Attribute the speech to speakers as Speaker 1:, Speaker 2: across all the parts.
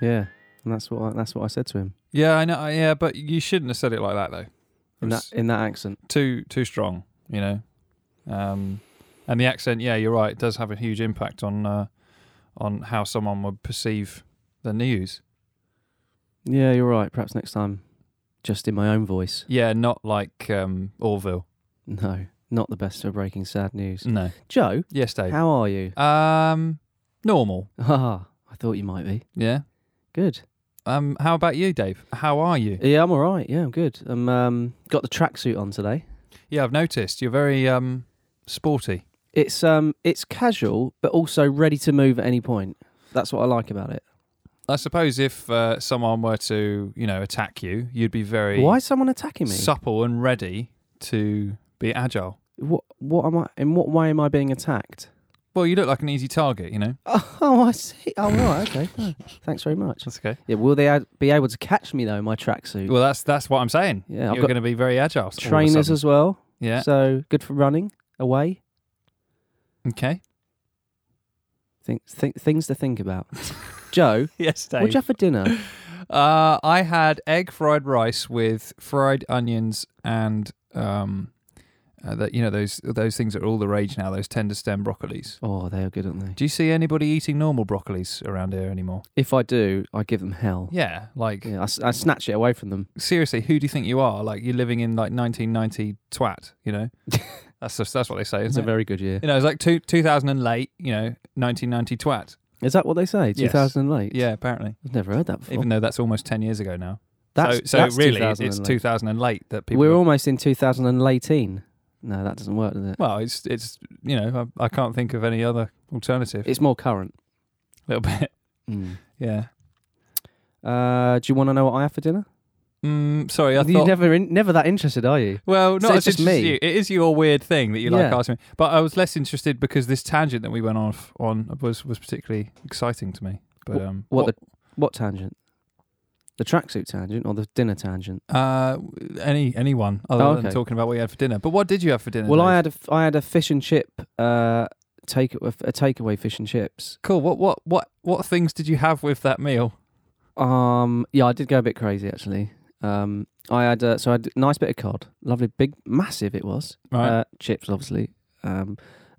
Speaker 1: Yeah, and that's what I, that's what I said to him
Speaker 2: Yeah, I know. Yeah, but you shouldn't have said it like that though. It
Speaker 1: in that
Speaker 2: was
Speaker 1: in that accent.
Speaker 2: too too strong, you know. Um, and the accent, yeah, you're right. It does have a huge impact on uh, on how someone would perceive the news.
Speaker 1: Yeah, you're right. Perhaps next time, just in my own voice.
Speaker 2: Yeah, not like um, Orville.
Speaker 1: No, not the best for breaking sad news.
Speaker 2: No.
Speaker 1: Joe,
Speaker 2: Yes, Dave.
Speaker 1: how are you?
Speaker 2: Um, normal.
Speaker 1: Ah, I thought you might be.
Speaker 2: Yeah.
Speaker 1: Good.
Speaker 2: Um, how about you, Dave? How are you?
Speaker 1: Yeah, I'm all right. Yeah, I'm good. I'm um, got the tracksuit on today.
Speaker 2: Yeah, I've noticed you're very um sporty.
Speaker 1: It's um, it's casual, but also ready to move at any point. That's what I like about it.
Speaker 2: I suppose if uh, someone were to, you know, attack you, you'd be very
Speaker 1: Why is someone attacking me?
Speaker 2: supple and ready to be agile.
Speaker 1: what what am I? In what way am I being attacked?
Speaker 2: Well, you look like an easy target, you know.
Speaker 1: Oh, I see. Oh, right. Okay. Oh, thanks very much.
Speaker 2: That's okay.
Speaker 1: Yeah. Will they ad- be able to catch me though? in My tracksuit.
Speaker 2: Well, that's that's what I'm saying.
Speaker 1: Yeah, I've
Speaker 2: you're
Speaker 1: got
Speaker 2: going to be very agile. all of a
Speaker 1: Trainers
Speaker 2: sudden.
Speaker 1: as well.
Speaker 2: yeah.
Speaker 1: So good for running away.
Speaker 2: okay.
Speaker 1: Think, think things to think about. Joe,
Speaker 2: Yes, Dave.
Speaker 1: what'd you have for dinner?
Speaker 2: Uh, I had egg fried rice with fried onions and um, uh, that you know those those things that are all the rage now. Those tender stem broccolis.
Speaker 1: Oh, they are good, aren't they?
Speaker 2: Do you see anybody eating normal broccolis around here anymore?
Speaker 1: If I do, I give them hell.
Speaker 2: Yeah, like
Speaker 1: Yeah, I, s- I snatch it away from them.
Speaker 2: seriously, who do you think you are? Like you're living in like 1990 twat. You know, that's just, that's what they say.
Speaker 1: It's
Speaker 2: Isn't
Speaker 1: a
Speaker 2: it?
Speaker 1: very good year.
Speaker 2: you know, it's like two, 2000 and late. You know, 1990 twat.
Speaker 1: Is that what they say?
Speaker 2: Yes.
Speaker 1: 2008?
Speaker 2: Yeah, apparently.
Speaker 1: I've never heard that before.
Speaker 2: Even though that's almost 10 years ago now.
Speaker 1: that's,
Speaker 2: so so
Speaker 1: that's
Speaker 2: really,
Speaker 1: 2008.
Speaker 2: it's 2000 and late that people.
Speaker 1: We're
Speaker 2: are-
Speaker 1: almost in 2018. No, that doesn't work, does it?
Speaker 2: Well, it's it's you know I, I can't think of any other alternative.
Speaker 1: It's more current.
Speaker 2: A little bit, Hmm.
Speaker 1: Mm.
Speaker 2: yeah.
Speaker 1: Uh, do you want to know what I have for dinner?
Speaker 2: Mm, sorry, I
Speaker 1: You're
Speaker 2: thought.
Speaker 1: never, in, never that interested, are you?
Speaker 2: well, not
Speaker 1: So
Speaker 2: as
Speaker 1: it's just
Speaker 2: interested as
Speaker 1: me.
Speaker 2: you. It is your weird thing that you like
Speaker 1: Yeah.
Speaker 2: asking me, but I was less interested because this tangent that we went off on was was particularly exciting to me. But um,
Speaker 1: What, the what tangent? The tracksuit tangent or the dinner tangent?
Speaker 2: what- uh, any anyone other
Speaker 1: Oh,
Speaker 2: than
Speaker 1: okay.
Speaker 2: talking about what you had for dinner? But what did you have for dinner?
Speaker 1: Well, I
Speaker 2: Dave?
Speaker 1: had a, f- I had a fish and chip uh, take a takeaway fish and chips.
Speaker 2: cool. What what what what things did you have with that meal?
Speaker 1: Um, yeah, I did go a bit crazy actually. Um, I had uh, so I had a nice bit of cod, lovely big, massive it was.
Speaker 2: Right.
Speaker 1: Uh, chips, obviously. Um,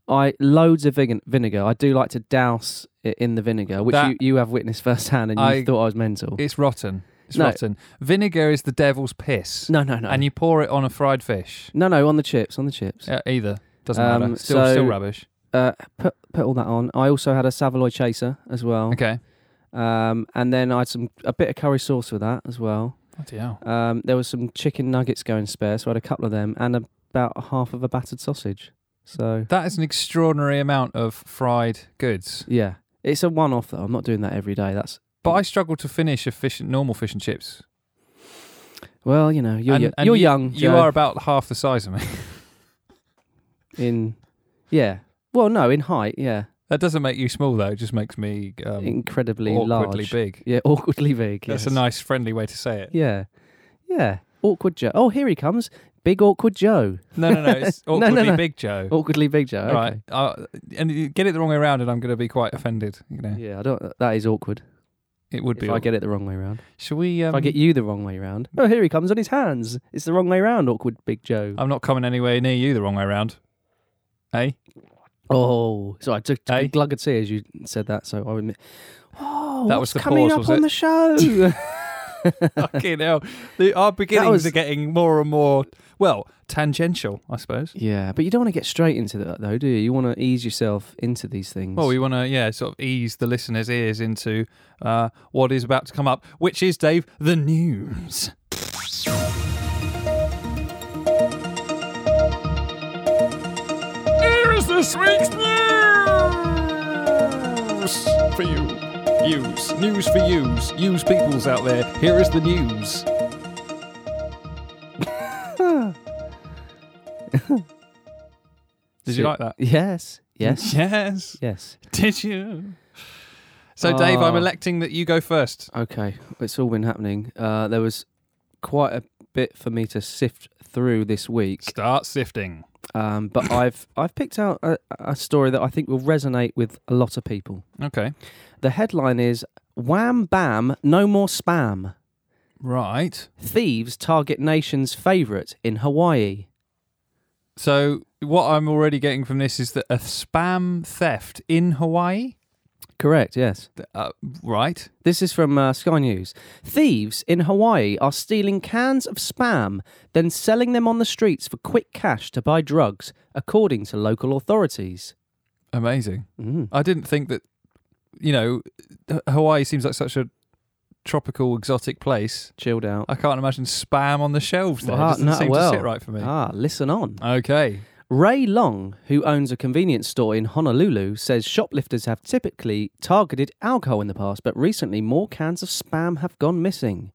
Speaker 1: I loads of vig- vinegar. I do like to douse it in the vinegar, which
Speaker 2: That-
Speaker 1: you, you have witnessed firsthand, and you
Speaker 2: I-
Speaker 1: thought I was mental.
Speaker 2: It's rotten. It's
Speaker 1: No.
Speaker 2: rotten. Vinegar is the devil's piss,
Speaker 1: no, no, no,
Speaker 2: and you pour it on a fried fish.
Speaker 1: no, no, on the chips, on the chips.
Speaker 2: Yeah, either doesn't
Speaker 1: Um,
Speaker 2: matter. Still, still
Speaker 1: so-
Speaker 2: rubbish.
Speaker 1: Uh, put put all that on. I also had a Savaloy chaser as well.
Speaker 2: Okay.
Speaker 1: Um, and then I had some a bit of curry sauce with that as well.
Speaker 2: Bloody hell.
Speaker 1: Um, there was some chicken nuggets going spare, so I had a couple of them and about half of a battered sausage. So
Speaker 2: That is an extraordinary amount of fried goods.
Speaker 1: yeah, it's a one-off though. I'm not doing that every day. That's
Speaker 2: But I struggle to finish a fish, normal fish and chips.
Speaker 1: well, you know, you're
Speaker 2: And-
Speaker 1: yo-
Speaker 2: and
Speaker 1: you're
Speaker 2: you-
Speaker 1: young.
Speaker 2: You
Speaker 1: Joe,
Speaker 2: are about half the size of me.
Speaker 1: in yeah. Well, no, in height, yeah,
Speaker 2: That doesn't make you small though. It just makes me um,
Speaker 1: incredibly
Speaker 2: awkwardly
Speaker 1: large.
Speaker 2: big.
Speaker 1: Yeah, awkwardly big.
Speaker 2: That's
Speaker 1: yes.
Speaker 2: a nice, friendly way to say it.
Speaker 1: Yeah, yeah. Awkward Joe. Oh, here he comes. Big awkward Joe.
Speaker 2: No, no, no. It's
Speaker 1: No, no,
Speaker 2: awkwardly
Speaker 1: no.
Speaker 2: big, Joe.
Speaker 1: Awkwardly big Joe.
Speaker 2: All
Speaker 1: Okay.
Speaker 2: right. Uh, and you get it the wrong way around, and I'm going to be quite offended. You know,
Speaker 1: Yeah, I don't. uh, That is awkward.
Speaker 2: it would
Speaker 1: If
Speaker 2: be.
Speaker 1: I get it the wrong way round.
Speaker 2: Should we? Um,
Speaker 1: if I get you the wrong way round. Oh, here he comes on his hands. It's the wrong way round. Awkward big Joe.
Speaker 2: I'm not coming anywhere near you the wrong way around. Hey,
Speaker 1: Oh, so I took took
Speaker 2: Eh?
Speaker 1: a glug of tea as you said that. So I would admit. Oh,
Speaker 2: That
Speaker 1: what's
Speaker 2: was the
Speaker 1: coming
Speaker 2: pause,
Speaker 1: up
Speaker 2: was
Speaker 1: on
Speaker 2: it?
Speaker 1: the show.
Speaker 2: fucking hell! The, our beginnings
Speaker 1: was-
Speaker 2: are getting more and more well tangential, I suppose.
Speaker 1: yeah, but you don't want to get straight into that though, do you? You want to ease yourself into these things.
Speaker 2: Well, we want to, yeah, sort of ease the listeners' ears into uh, what is about to come up, which is, Dave, the news. Here is this week's news for you. Use. News for use. Use peoples out there. Here is the news. Did you
Speaker 1: So-
Speaker 2: like that?
Speaker 1: Yes. Yes.
Speaker 2: Yes.
Speaker 1: yes.
Speaker 2: Did you? So, Dave, I'm
Speaker 1: Oh.
Speaker 2: electing that you go first.
Speaker 1: Okay. It's all been happening. Uh, there was quite a bit for me to sift through this week,
Speaker 2: Start sifting.
Speaker 1: um, but I've I've picked out a, a story that I think will resonate with a lot of people.
Speaker 2: Okay.
Speaker 1: The headline is Wham bam, no more spam.
Speaker 2: Right.
Speaker 1: Thieves target nation's favourite in Hawaii.
Speaker 2: So what I'm already getting from this is that a spam theft in Hawaii.
Speaker 1: Correct, yes.
Speaker 2: Th- Uh, right.
Speaker 1: This is from uh, Sky News. Thieves in Hawaii are stealing cans of spam, then selling them on the streets for quick cash to buy drugs, according to local authorities.
Speaker 2: Amazing.
Speaker 1: Mm.
Speaker 2: I didn't think that. You know, H- Hawaii seems like such a tropical, exotic place.
Speaker 1: Chilled out.
Speaker 2: I can't imagine spam on the shelves. There
Speaker 1: Ah,
Speaker 2: uh, it doesn't
Speaker 1: no,
Speaker 2: seem to
Speaker 1: well.
Speaker 2: sit right for me.
Speaker 1: Ah, listen on.
Speaker 2: Okay.
Speaker 1: Ray Long, who owns a convenience store in Honolulu, says shoplifters have typically targeted alcohol in the past, but recently more cans of spam have gone missing.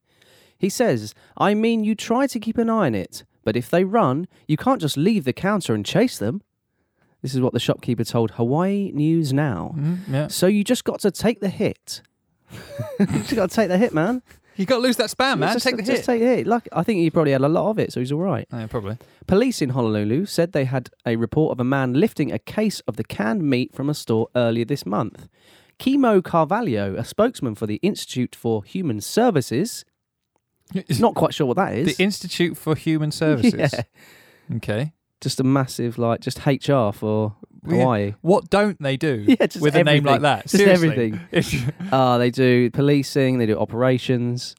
Speaker 1: He says, I mean, you try to keep an eye on it, but if they run, you can't just leave the counter and chase them. This is what the shopkeeper told Hawaii News Now.
Speaker 2: Mm, yeah.
Speaker 1: So you just got to take the hit. you just got to take the hit, man.
Speaker 2: You got to lose that spam, man.
Speaker 1: just,
Speaker 2: Take the
Speaker 1: just
Speaker 2: hit. Oh,
Speaker 1: take the hit. Like, I think he probably had a lot of it, so he's all right.
Speaker 2: yeah, probably.
Speaker 1: Police in Honolulu said they had a report of a man lifting a case of the canned meat from a store earlier this month. Kimo Carvalho, a spokesman for the Institute for Human Services, not quite sure what that
Speaker 2: the
Speaker 1: is.
Speaker 2: Institute for Human Services.
Speaker 1: Yeah,
Speaker 2: Okay.
Speaker 1: just a massive like just HR for
Speaker 2: Well, yeah.
Speaker 1: Hawaii.
Speaker 2: What don't they do
Speaker 1: Yeah, just
Speaker 2: with a name like
Speaker 1: everything.
Speaker 2: that?
Speaker 1: Just
Speaker 2: Seriously.
Speaker 1: everything.
Speaker 2: If you-
Speaker 1: Ah, they do policing, they do operations,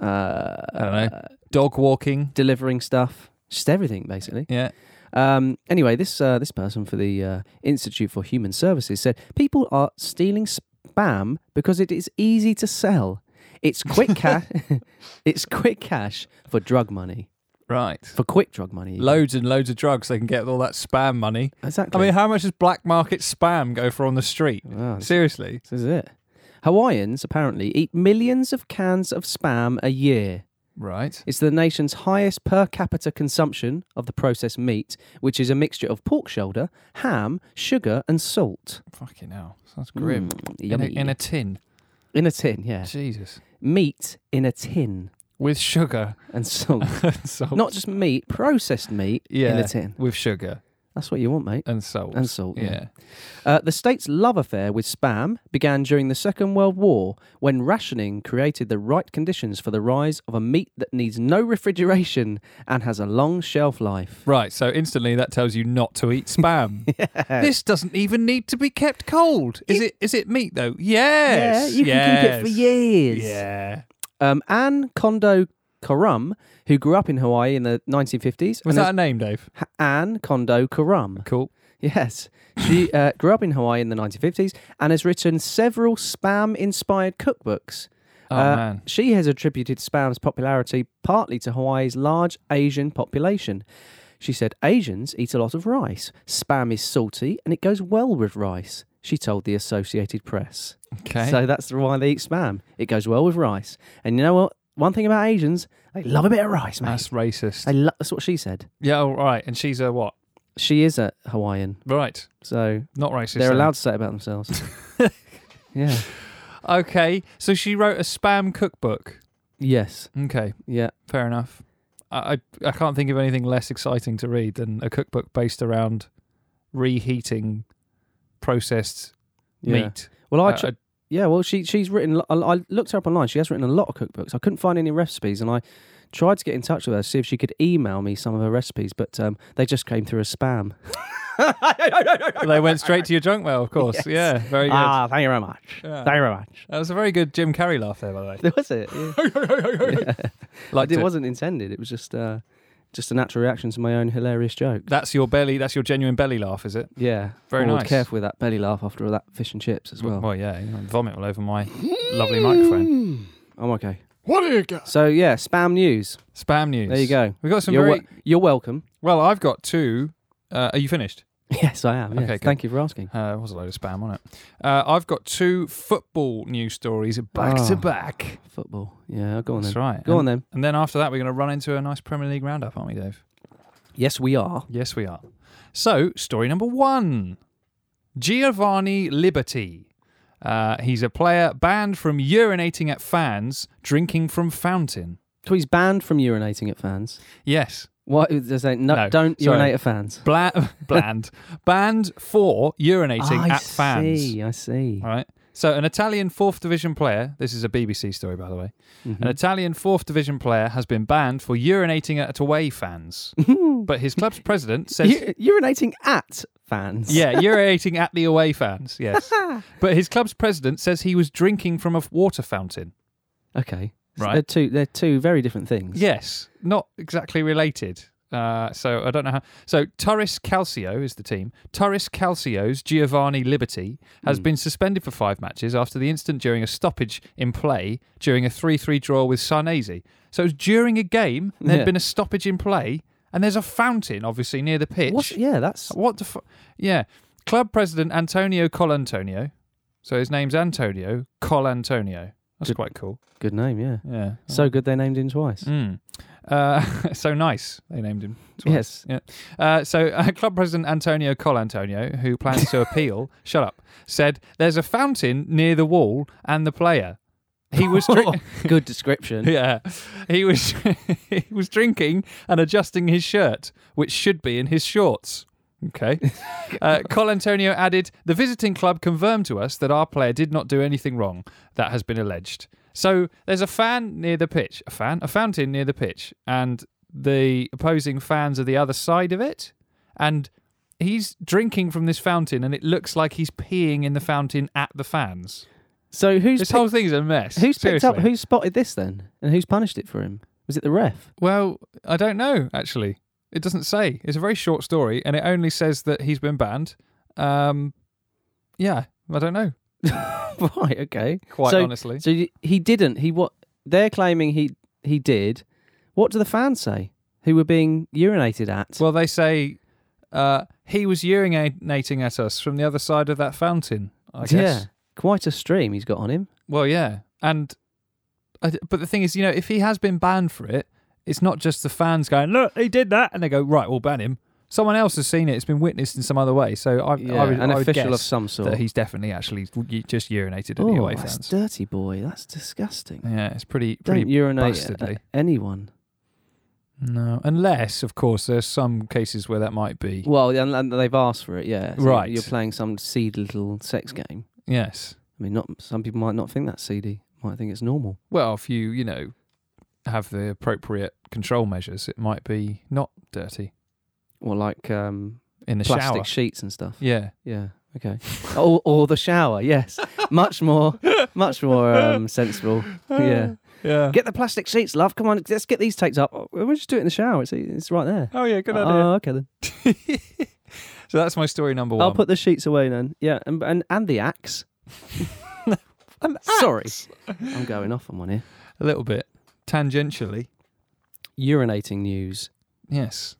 Speaker 1: uh,
Speaker 2: don't Dog walking.
Speaker 1: delivering stuff, just everything basically.
Speaker 2: Yeah.
Speaker 1: Um, anyway, this uh, this person for the uh, Institute for Human Services said people are stealing spam because it is easy to sell. It's quick cash. it's quick cash for drug money.
Speaker 2: Right.
Speaker 1: For quick drug money.
Speaker 2: Loads and loads of drugs. They can get all that spam money. I
Speaker 1: Exactly.
Speaker 2: mean, how much does black market spam go for on the street?
Speaker 1: Wow, this,
Speaker 2: Seriously.
Speaker 1: this is it. Hawaiians apparently eat millions of cans of spam a year.
Speaker 2: Right.
Speaker 1: It's the nation's highest per capita consumption of the processed meat, which is a mixture of pork shoulder, ham, sugar, and salt.
Speaker 2: Fucking hell. Sounds grim.
Speaker 1: Mm,
Speaker 2: in, a,
Speaker 1: yummy.
Speaker 2: in a tin.
Speaker 1: In a tin, yeah.
Speaker 2: Jesus.
Speaker 1: Meat in a tin
Speaker 2: With sugar
Speaker 1: and salt.
Speaker 2: and salt.
Speaker 1: Not just meat, processed meat in
Speaker 2: Yeah.
Speaker 1: a tin.
Speaker 2: With sugar
Speaker 1: That's what you want, mate.
Speaker 2: and salt.
Speaker 1: And salt. Yeah.
Speaker 2: yeah.
Speaker 1: Uh, the state's love affair with spam began during the Second World War when rationing created the right conditions for the rise of a meat that needs no refrigeration and has a long shelf life.
Speaker 2: Right, so instantly that tells you not to eat spam. This doesn't even need to be kept cold. Is it? Is it meat though? Yes.
Speaker 1: yeah, you can keep it for
Speaker 2: yes.
Speaker 1: years.
Speaker 2: Yeah.
Speaker 1: Um, Anne Kondo Karam, who grew up in Hawaii in the 1950s,
Speaker 2: Was
Speaker 1: and
Speaker 2: that a name, Dave?
Speaker 1: is Anne Kondo Karam.
Speaker 2: Cool.
Speaker 1: Yes. She uh, grew up in Hawaii in the 1950s and has written several spam inspired cookbooks.
Speaker 2: Oh
Speaker 1: Uh,
Speaker 2: man.
Speaker 1: She has attributed spam's popularity partly to Hawaii's large Asian population. She said Asians eat a lot of rice. Spam is salty and it goes well with rice, she told the Associated Press.
Speaker 2: Okay.
Speaker 1: So that's why they eat spam. It goes well with rice. And you know what? One thing about Asians, they love a bit of rice, mate.
Speaker 2: That's racist.
Speaker 1: They lo- that's what she said.
Speaker 2: yeah. All right. And she's a what?
Speaker 1: She is a Hawaiian,
Speaker 2: Right.
Speaker 1: so
Speaker 2: Not racist.
Speaker 1: they're
Speaker 2: then.
Speaker 1: allowed to say it about themselves. yeah.
Speaker 2: Okay. So she wrote a spam cookbook.
Speaker 1: Yes.
Speaker 2: Okay.
Speaker 1: Yeah.
Speaker 2: Fair enough. I I, I can't think of anything less exciting to read than a cookbook based around reheating processed
Speaker 1: yeah.
Speaker 2: meat.
Speaker 1: Well, I
Speaker 2: Uh,
Speaker 1: tr- yeah. Well, she she's written. I, I looked her up online. She has written a lot of cookbooks. I couldn't find any recipes, and I tried to get in touch with her to see if she could email me some of her recipes, but um, they just came through as spam.
Speaker 2: they went straight to your junk mail, of course.
Speaker 1: Yes.
Speaker 2: Yeah, very good.
Speaker 1: ah, thank you very much.
Speaker 2: Yeah.
Speaker 1: Thank you very much.
Speaker 2: That was a very good Jim Carrey laugh there, by the way.
Speaker 1: That was it. Yeah.
Speaker 2: Liked
Speaker 1: it
Speaker 2: it.
Speaker 1: wasn't intended. It was just uh, just a natural reaction to my own hilarious joke.
Speaker 2: That's your belly. That's your genuine belly laugh, is it?
Speaker 1: Yeah,
Speaker 2: Very
Speaker 1: Lord,
Speaker 2: nice.
Speaker 1: Careful with that belly laugh after all that fish and chips as well.
Speaker 2: Well, yeah. you know, vomit all over my lovely microphone.
Speaker 1: Hmm. I'm okay.
Speaker 2: What do you got?
Speaker 1: So yeah, spam news.
Speaker 2: Spam news.
Speaker 1: There you go.
Speaker 2: We got some
Speaker 1: You're,
Speaker 2: very.
Speaker 1: wel- you're welcome.
Speaker 2: Well, I've got two. Uh, are you finished?
Speaker 1: Yes, I am. yes.
Speaker 2: Okay, good.
Speaker 1: Thank you for asking.
Speaker 2: Uh, it was a load of spam on it. Uh, I've got two football news stories back
Speaker 1: Ah.
Speaker 2: to back.
Speaker 1: Football. Yeah, go on then.
Speaker 2: That's right.
Speaker 1: Go
Speaker 2: and,
Speaker 1: on then.
Speaker 2: And then after that, we're going to run into a nice Premier League roundup, aren't we, Dave?
Speaker 1: Yes, we are.
Speaker 2: Yes, we are. So, story number one Giovanni Liberty. Uh, he's a player banned from urinating at fans, drinking from fountain.
Speaker 1: So he's banned from urinating at fans.
Speaker 2: Yes,
Speaker 1: What? They're saying, no,
Speaker 2: No,
Speaker 1: don't
Speaker 2: sorry.
Speaker 1: urinate at fans.
Speaker 2: Bla- banned. banned for urinating
Speaker 1: I
Speaker 2: at fans.
Speaker 1: see. I see.
Speaker 2: All right. So, an Italian fourth division player, this is a BBC story, by the way.
Speaker 1: Hmm.
Speaker 2: An Italian fourth division player has been banned for urinating at away fans. but his club's president says.
Speaker 1: Mm-hmm. U- urinating at fans.
Speaker 2: yeah, urinating at the away fans, yes. but his club's president says he was drinking from a water fountain.
Speaker 1: Okay. So
Speaker 2: Right.
Speaker 1: they're two. They're two very different things.
Speaker 2: Yes, not exactly related. Uh, so I don't know how. So Torres Calcio is the team. Torres Calcio's Giovanni Liberty
Speaker 1: Hmm.
Speaker 2: has been suspended for five matches after the incident during a stoppage in play during a 3 3 draw with Sarnese. So it was during a game, there'd
Speaker 1: Yeah.
Speaker 2: been a stoppage in play, and there's a fountain obviously near the pitch.
Speaker 1: What? Yeah. That's.
Speaker 2: What the fu- Yeah. Club president Antonio Colantonio. So his name's Antonio Colantonio. That's
Speaker 1: Good-
Speaker 2: quite cool.
Speaker 1: Good name, yeah.
Speaker 2: Yeah.
Speaker 1: So good they named him twice.
Speaker 2: Mm. Uh, so nice, they named him. Twice.
Speaker 1: Yes.
Speaker 2: Yeah. Uh, so, uh, club president Antonio Colantonio, who plans to appeal, shut up, said there's a fountain near the wall and the player. He was drink-
Speaker 1: good description.
Speaker 2: yeah, he was he was drinking and adjusting his shirt, which should be in his shorts. Okay. Uh, Colantonio added, "The visiting club confirmed to us that our player did not do anything wrong that has been alleged. So there's a fan near the pitch, a fan, a fountain near the pitch, and the opposing fans are the other side of it, and." He's drinking from this fountain, and it looks like he's peeing in the fountain at the fans.
Speaker 1: So who's
Speaker 2: This
Speaker 1: pick-
Speaker 2: whole thing's a mess.
Speaker 1: who's picked up?
Speaker 2: seriously.
Speaker 1: Who spotted this then, and who's punished it for him? Was it the ref?
Speaker 2: Well, I don't know, actually. It doesn't say. It's a very short story, and it only says that he's been banned. Um, yeah, I don't know,
Speaker 1: right. Okay.
Speaker 2: quite
Speaker 1: So-
Speaker 2: honestly.
Speaker 1: So y- he didn't. He what? They're claiming he he did. What do the fans say? Who were being urinated at?
Speaker 2: Well, they say uh, he was urinating at us from the other side of that fountain, I guess.
Speaker 1: yeah. Quite a stream he's got on him.
Speaker 2: Well, yeah. And I d but the thing is, you know, if he has been banned for it, it's not just the fans going, look, he did that. And they go, right, we'll ban him. Someone else has seen it. It's been witnessed in some other way. So I, I would,
Speaker 1: an
Speaker 2: I would
Speaker 1: official of
Speaker 2: guess
Speaker 1: some sort.
Speaker 2: that he's definitely actually u- just urinated at the
Speaker 1: oh,
Speaker 2: away
Speaker 1: that's
Speaker 2: fans.
Speaker 1: dirty boy. That's disgusting.
Speaker 2: Yeah, it's pretty pretty
Speaker 1: Don't urinate at-
Speaker 2: bastardly.
Speaker 1: at anyone.
Speaker 2: no, unless of course there's some cases where that might be.
Speaker 1: Well, and and they've asked for it. Yeah. So
Speaker 2: Right.
Speaker 1: You're playing some seed little sex game.
Speaker 2: yes.
Speaker 1: I mean, not some people might not think that's seedy. Might think it's normal.
Speaker 2: Well, if you you know have the appropriate control measures, it might be not dirty
Speaker 1: Or like um,
Speaker 2: in the
Speaker 1: plastic
Speaker 2: shower.
Speaker 1: sheets and stuff.
Speaker 2: yeah.
Speaker 1: Yeah. Okay. or, or the shower. Yes. Much more, much more um, sensible. Yeah.
Speaker 2: Yeah.
Speaker 1: Get the plastic sheets, love. Come on, let's get these taped up. Oh, We'll just do it in the shower. It's, it's right there.
Speaker 2: oh yeah, good idea.
Speaker 1: Oh, okay then.
Speaker 2: so that's my story number one.
Speaker 1: I'll put the sheets away then. Yeah, and and, and the axe.
Speaker 2: An
Speaker 1: Sorry,
Speaker 2: axe.
Speaker 1: I'm going off on one here.
Speaker 2: a little bit tangentially.
Speaker 1: Urinating news.
Speaker 2: Yes.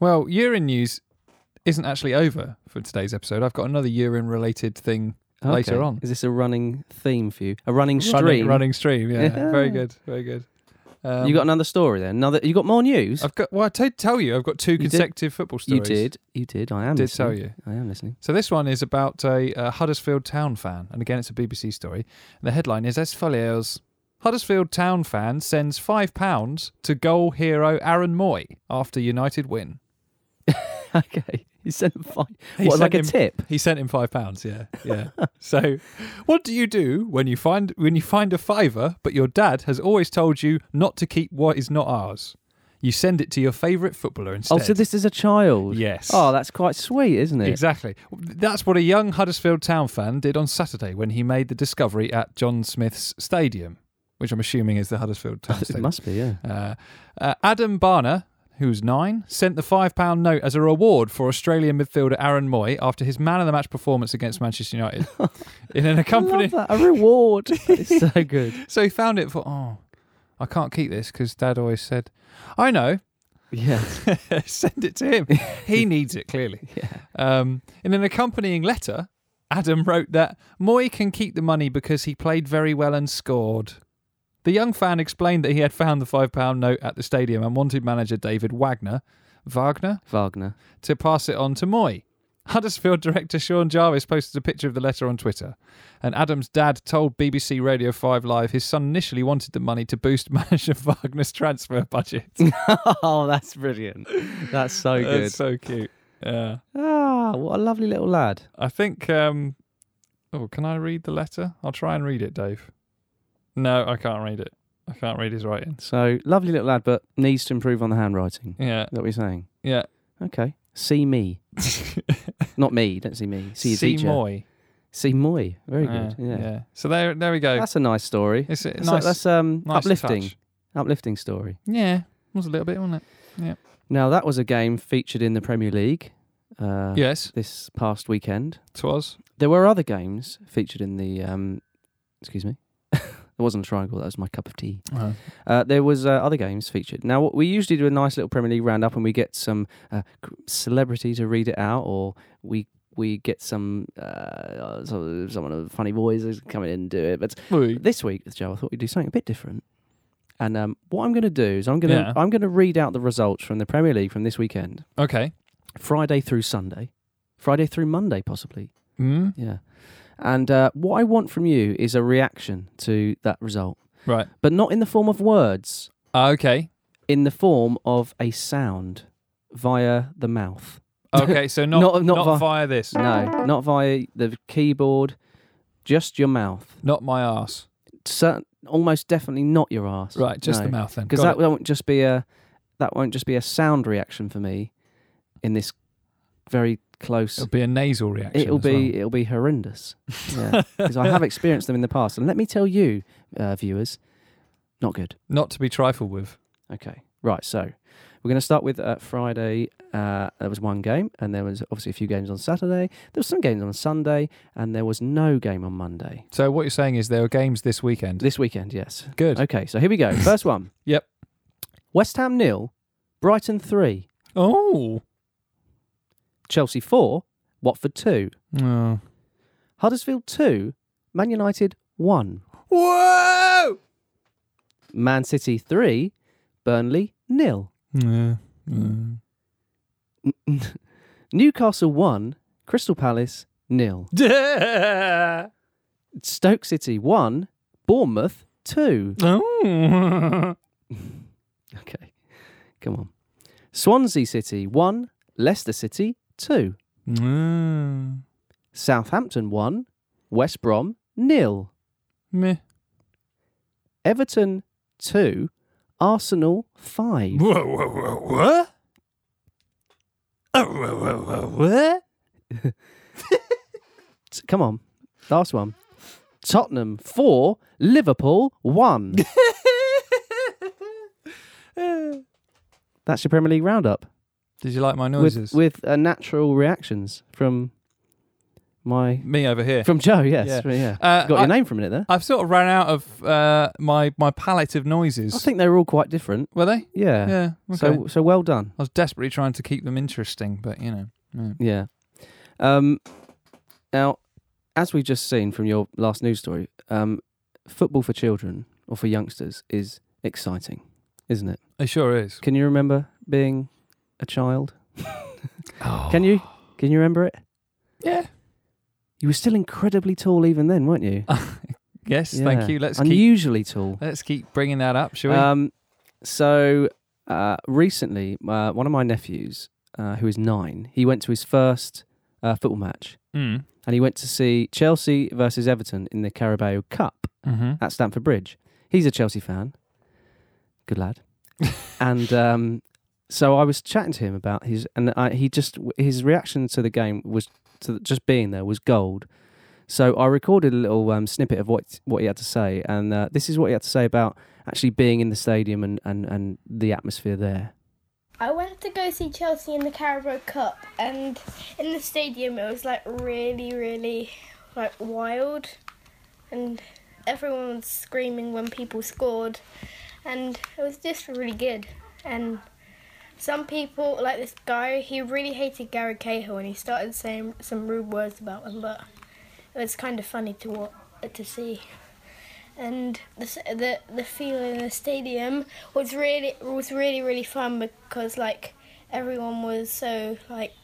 Speaker 2: Well, urine news isn't actually over for today's episode. I've got another urine related thing later
Speaker 1: Okay.
Speaker 2: on.
Speaker 1: Is this a running theme for you? A running stream.
Speaker 2: Running, running stream, yeah.
Speaker 1: Yeah.
Speaker 2: Very good, very good. Um,
Speaker 1: You got another story then. Another. You got more news.
Speaker 2: I've got. Well, I did tell you. I've got two
Speaker 1: did-
Speaker 2: consecutive football
Speaker 1: you
Speaker 2: stories.
Speaker 1: did. You did. I am.
Speaker 2: Did
Speaker 1: listening.
Speaker 2: tell you.
Speaker 1: I am listening.
Speaker 2: So this one is about a, uh Huddersfield Town fan, and again, it's a BBC story. And the headline is Esfolios. Huddersfield Town fan sends five pounds to goal hero Aaron Moy after United win.
Speaker 1: okay. You sent five.
Speaker 2: He
Speaker 1: What
Speaker 2: sent
Speaker 1: like a
Speaker 2: him-
Speaker 1: tip?
Speaker 2: He sent him five pounds. Yeah, yeah. so, what do you do when you find when you find a fiver, but your dad has always told you not to keep what is not ours? You send it to your favourite footballer instead.
Speaker 1: Oh, so this is a child.
Speaker 2: Yes.
Speaker 1: Oh, that's quite sweet, isn't it?
Speaker 2: Exactly. That's what a young Huddersfield Town fan did on Saturday when he made the discovery at John Smith's Stadium, which I'm assuming is the Huddersfield Town
Speaker 1: It
Speaker 2: Stadium.
Speaker 1: must be. Yeah.
Speaker 2: Uh, uh, Adam Barner, who's nine, sent the £5 note as a reward for Australian midfielder Aaron Moy after his man of the match performance against Manchester United. In an accompanying.
Speaker 1: I love that. A reward. it's so good.
Speaker 2: So he found it for, oh, I can't keep this because dad always said, I know,
Speaker 1: Yeah.
Speaker 2: send it to him. He needs it clearly.
Speaker 1: Yeah.
Speaker 2: Um, in an accompanying letter, Adam wrote that Moy can keep the money because he played very well and scored. The young fan explained that he had found the £5 note at the stadium and wanted manager David Wagner, Wagner
Speaker 1: Wagner.
Speaker 2: to pass it on to Moy. Huddersfield director Sean Jarvis posted a picture of the letter on Twitter, and Adam's dad told BBC Radio 5 Live his son initially wanted the money to boost manager Wagner's transfer budget.
Speaker 1: oh, that's brilliant. That's so good.
Speaker 2: That's so cute. Yeah.
Speaker 1: Ah, what a lovely little lad.
Speaker 2: I think um, Oh, can I read the letter? I'll try and read it, Dave. No, I can't read it. I can't read his writing.
Speaker 1: So lovely little lad, but needs to improve on the handwriting.
Speaker 2: Yeah,
Speaker 1: Is that what you're saying?
Speaker 2: yeah.
Speaker 1: Okay. See me. Not me. Don't see me. See your teacher.
Speaker 2: Moy.
Speaker 1: See moi. Very
Speaker 2: Yeah,
Speaker 1: good. Yeah.
Speaker 2: yeah. So there, there we go.
Speaker 1: That's a nice story.
Speaker 2: it's a
Speaker 1: That's,
Speaker 2: nice,
Speaker 1: that's um
Speaker 2: nice
Speaker 1: uplifting.
Speaker 2: touch.
Speaker 1: Uplifting story.
Speaker 2: Yeah, was a little bit, wasn't it?
Speaker 1: Now that was a game featured in the Premier League uh,
Speaker 2: yes,
Speaker 1: this past weekend.
Speaker 2: twas.
Speaker 1: There were other games featured in the um excuse me. it wasn't a triangle, that was my cup of tea. Uh, there was uh, other games featured. Now what we usually do a nice little Premier League roundup, and we get some uh, c- celebrity to read it out, or we we get some uh, so- someone of funny voices coming in and do it. But
Speaker 2: We-
Speaker 1: this week, Joe, I thought we'd do something a bit different. And um, what I'm going to do is I'm going to
Speaker 2: Yeah.
Speaker 1: I'm going to read out the results from the Premier League from this weekend,
Speaker 2: Okay.
Speaker 1: Friday through Sunday, Friday through Monday, possibly.
Speaker 2: Mm.
Speaker 1: Yeah. And uh, what I want from you is a reaction to that result,
Speaker 2: Right.
Speaker 1: but not in the form of words
Speaker 2: Uh, okay.
Speaker 1: in the form of a sound via the mouth.
Speaker 2: Okay. So not
Speaker 1: Not-
Speaker 2: not,
Speaker 1: not vi-
Speaker 2: via this.
Speaker 1: No, not via the keyboard, just your mouth.
Speaker 2: Not my ass.
Speaker 1: Certain, almost definitely not your ass.
Speaker 2: Right. Just the mouth then.
Speaker 1: Because
Speaker 2: Got
Speaker 1: that
Speaker 2: it.
Speaker 1: won't just be a that won't just be a sound reaction for me in this very close.
Speaker 2: it'll be a nasal reaction.
Speaker 1: It'll
Speaker 2: as
Speaker 1: be
Speaker 2: well.
Speaker 1: it'll be horrendous. Because I have experienced them in the past, and let me tell you, uh, viewers, not good.
Speaker 2: not to be trifled with.
Speaker 1: Okay. Right. So we're going to start with uh, Friday. Uh, there was one game, and there was obviously a few games on Saturday. There was some games on Sunday, and there was no game on Monday.
Speaker 2: So what you're saying is there are games this weekend.
Speaker 1: This weekend, yes.
Speaker 2: Good.
Speaker 1: Okay. So here we go. First one.
Speaker 2: Yep.
Speaker 1: West Ham nil, Brighton three,
Speaker 2: Oh.
Speaker 1: Chelsea four, Watford two,
Speaker 2: Oh.
Speaker 1: Huddersfield two, Man United one,
Speaker 2: Whoa.
Speaker 1: Man City three, Burnley nil,
Speaker 2: Yeah. Mm.
Speaker 1: Newcastle one, Crystal Palace nil. Stoke City one, Bournemouth two.
Speaker 2: oh.
Speaker 1: Okay, come on. Swansea City one, Leicester City two,
Speaker 2: Mm.
Speaker 1: Southampton one, West Brom nil,
Speaker 2: Meh.
Speaker 1: Everton two, Arsenal five.
Speaker 2: Whoa, whoa, whoa, what? Oh, whoa, whoa, whoa, what?
Speaker 1: T- Come on, last one. Tottenham four, Liverpool one. That's your Premier League roundup
Speaker 2: Did you like my
Speaker 1: with
Speaker 2: noises?
Speaker 1: with uh, natural reactions from my
Speaker 2: Me over here.
Speaker 1: from Joe. Yes,
Speaker 2: Yeah.
Speaker 1: yeah.
Speaker 2: Uh,
Speaker 1: Got
Speaker 2: I,
Speaker 1: your name for a minute there.
Speaker 2: I've sort of ran out of uh, my my palette of noises.
Speaker 1: I think they're all quite different.
Speaker 2: Were they?
Speaker 1: Yeah.
Speaker 2: Yeah. Okay.
Speaker 1: So so well done.
Speaker 2: I was desperately trying to keep them interesting, but you know. yeah.
Speaker 1: Yeah. Um, now, as we've just seen from your last news story, um, football for children or for youngsters is exciting, isn't it?
Speaker 2: It sure is.
Speaker 1: Can you remember being a child? Can you? Can you remember it?
Speaker 2: Yeah.
Speaker 1: You were still incredibly tall even then, weren't you?
Speaker 2: Yes.
Speaker 1: Yeah.
Speaker 2: Thank you. Let's keep
Speaker 1: Unusually tall.
Speaker 2: let's keep bringing that up, shall we?
Speaker 1: Um, so uh, recently, uh, one of my nephews, uh, who is nine, he went to his first uh, football match,
Speaker 2: mm.
Speaker 1: and he went to see Chelsea versus Everton in the Carabao Cup
Speaker 2: hmm
Speaker 1: at Stamford Bridge. He's a Chelsea fan. Good lad. and um, so I was chatting to him about his, and I, he just his reaction to the game was to just being there was gold. So I recorded a little um, snippet of what what he had to say, and uh, this is what he had to say about actually being in the stadium and, and, and the atmosphere there.
Speaker 3: I went to go see Chelsea in the Carabao Cup, and in the stadium it was like really, really like wild, and everyone was screaming when people scored, and it was just really good. And some people, like this guy, he really hated Gary Cahill, and he started saying some rude words about him, but it was kind of funny to wa to see and the s- the the feeling in the stadium was really was really really fun because like everyone was so like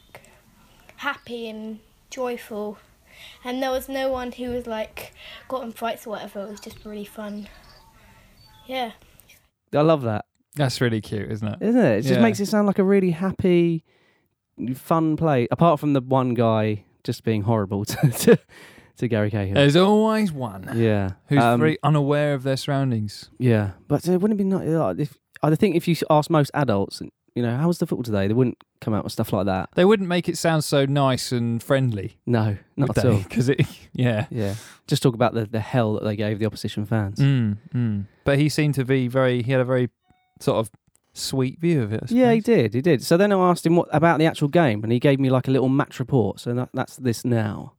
Speaker 3: happy and joyful, and there was no one who was like got in fights or whatever. It was just really fun. Yeah.
Speaker 1: I love that,
Speaker 2: That's really cute, isn't it?
Speaker 1: isn't it? It just
Speaker 2: Yeah.
Speaker 1: makes it sound like a really happy, fun play. Apart from the one guy just being horrible to to, to Gary Cahill.
Speaker 2: There's always one
Speaker 1: yeah,
Speaker 2: who's
Speaker 1: Um,
Speaker 2: very unaware of their surroundings.
Speaker 1: Yeah, but it wouldn't it be not uh, like, if I think if you ask most adults, you know, how was the football today? They wouldn't come out with stuff like that.
Speaker 2: They wouldn't make it sound so nice and friendly,
Speaker 1: No,
Speaker 2: would
Speaker 1: not at all.
Speaker 2: Because it, yeah.
Speaker 1: Yeah, just talk about the, the hell that they gave the opposition fans.
Speaker 2: Mm, mm. But he seemed to be very. He had a very sort of sweet view of it. I
Speaker 1: Yeah, he
Speaker 2: suppose.
Speaker 1: did. He did. So then I asked him what about the actual game, and he gave me like a little match report. So that, that's this now.